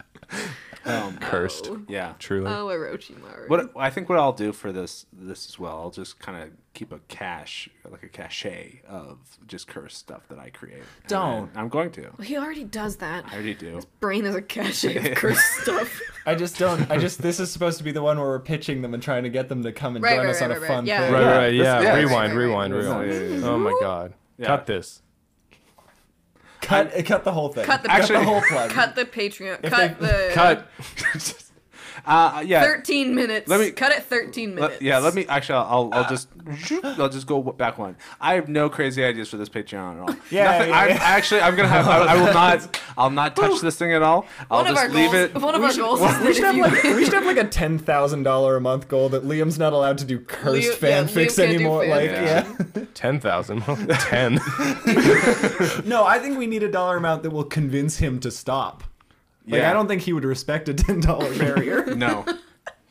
S2: cursed.
S1: um, Yeah.
S2: Truly,
S5: Oh, Orochimaru.
S1: What I think what I'll do for this this as well, I'll just kind of keep a cache, like a cachet of just cursed stuff that I create. And
S3: Don't.
S1: then- I'm going to.
S5: He already does that.
S1: I
S5: [LAUGHS]
S1: already do.
S5: Brain is a
S1: [LAUGHS]
S5: cachet of cursed stuff.
S3: I just don't. I just this is supposed to be the one where we're pitching them and trying to get them to come and
S5: Right,
S3: join
S5: right,
S3: us on
S5: right,
S3: a
S5: right,
S3: fun
S5: yeah.
S3: thing.
S2: right, right, right,
S1: this-
S2: yeah.
S1: yeah.
S2: Rewind,
S5: Right, right,
S2: rewind,
S5: right.
S2: rewind.
S1: Yeah, yeah, yeah.
S2: Oh my god,
S1: Yeah.
S2: cut this.
S3: Cut, cut the whole thing.
S5: Cut the
S1: Actually-
S3: the whole plug.
S5: cut the Patreon. Cut
S3: they-
S5: the
S2: Cut.
S1: Uh, yeah.
S5: Thirteen minutes.
S1: Let me-
S5: cut it. Thirteen
S1: Let-
S5: minutes. Uh,
S1: yeah, let me actually. I'll, I'll just [LAUGHS] I'll just go back one. I have no crazy ideas for this
S5: [LAUGHS]
S1: Patreon at all.
S3: Yeah,
S1: Nothing-
S3: yeah,
S1: I'm,
S3: yeah.
S1: Actually, I'm gonna have. I, I will not. I'll not touch this thing at all. I'll
S5: One of
S1: just
S5: our
S1: leave
S5: goals.
S1: it.
S5: One of our goals is that
S3: We
S5: if
S3: should, have
S5: you [LAUGHS]
S3: like, we should have like a ten thousand dollar a month goal that Liam's not allowed to do cursed
S5: Liam- yeah,
S3: fanfics
S5: Liam can't do
S3: anymore. like,
S1: fanfics.
S3: yeah.
S2: Ten thousand. [LAUGHS] Ten.
S3: no, I think we need a dollar amount that will convince him to stop. Like,
S1: Yeah.
S3: I don't think he would respect a [LAUGHS] ten
S2: [LAUGHS]
S3: dollar barrier.
S1: [LAUGHS] No,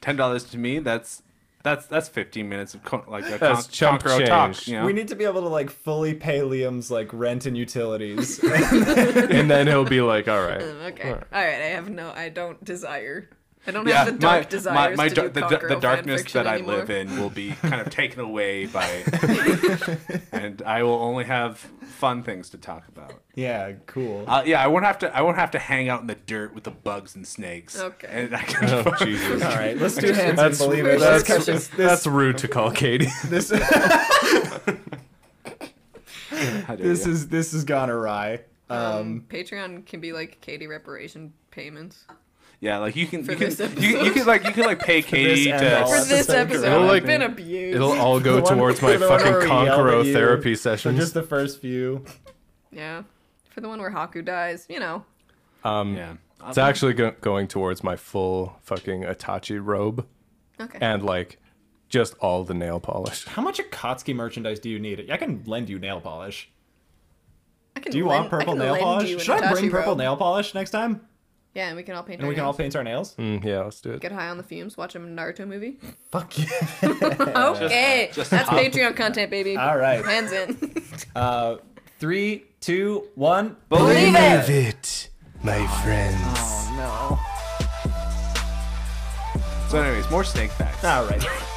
S1: ten dollars to me. That's that's that's fifteen minutes of con- like a
S2: That's
S1: con-
S2: chump
S1: Conqueror
S2: change.
S1: talk. You know?
S3: We need to be able to like fully pay Liam's like rent and
S2: [LAUGHS]
S3: utilities.
S2: and then he'll be like, all right.
S5: [LAUGHS] Okay. All right. I have no. I don't desire. I don't
S1: yeah,
S5: have the dark
S1: my, my,
S5: desires
S1: my
S5: to
S1: dar-
S5: do
S1: the,
S5: Conqueror
S1: the darkness
S5: fanfiction
S1: that I
S5: anymore.
S1: live in
S5: [LAUGHS]
S1: will be kind of taken away by, and I will only have fun things to talk about.
S3: yeah, cool.
S1: Uh, yeah, I won't have to. I won't have to hang out in the dirt with the bugs and snakes.
S5: Okay.
S1: And I can,
S2: [LAUGHS] Oh Jesus.
S3: All right, let's do hands
S2: [LAUGHS] That's
S3: and believe it.
S2: that's,
S3: Let's cut
S2: [LAUGHS] that's rude to call Katie. [LAUGHS]
S3: this. this
S1: How dare
S3: this
S1: you.
S3: is this has gone awry.
S5: Um, Patreon can be like Katie reparation payments.
S1: yeah, like you can
S5: For
S1: you can,
S5: this
S1: you, can- you can like you can like pay Katie
S3: and
S1: to
S3: all
S5: For
S3: Well, that's
S5: this
S3: the same
S5: episode,
S2: girl.
S5: I've
S2: Like-
S5: been abused.
S2: It'll all
S3: [LAUGHS]
S2: go
S3: The one-
S2: towards my
S3: the one
S2: fucking
S3: where we yelled at
S2: Conqueror
S3: you.
S2: therapy
S3: So
S2: sessions.
S3: just the first few.
S5: Yeah. For the one where Haku dies, you know.
S1: yeah.
S2: It's actually go- going towards my full fucking Itachi robe
S5: Okay.
S2: and like just all the nail polish. [LAUGHS]
S3: How much Akatsuki merchandise do you need? I can lend you nail polish.
S5: I can
S3: Do you want
S5: lend- I
S3: purple
S5: can
S3: nail
S5: lend you
S3: polish?
S5: an
S3: Should I bring
S5: Itachi
S3: purple
S5: robe.
S3: nail polish next time?
S5: Yeah, and we can all paint.
S3: And
S5: our
S3: we can all
S5: nails.
S3: paint our nails.
S2: Mm, yeah, let's do it.
S5: Get high on the fumes. Watch a Naruto movie.
S3: Fuck yeah.
S5: okay, that's Patreon content, baby.
S3: All right.
S5: hands in. [LAUGHS]
S3: Uh, three, two, one.
S5: Believe it.
S2: it, my friends.
S3: Oh,
S1: So, anyways, more snake facts.
S3: Ah, no. All right.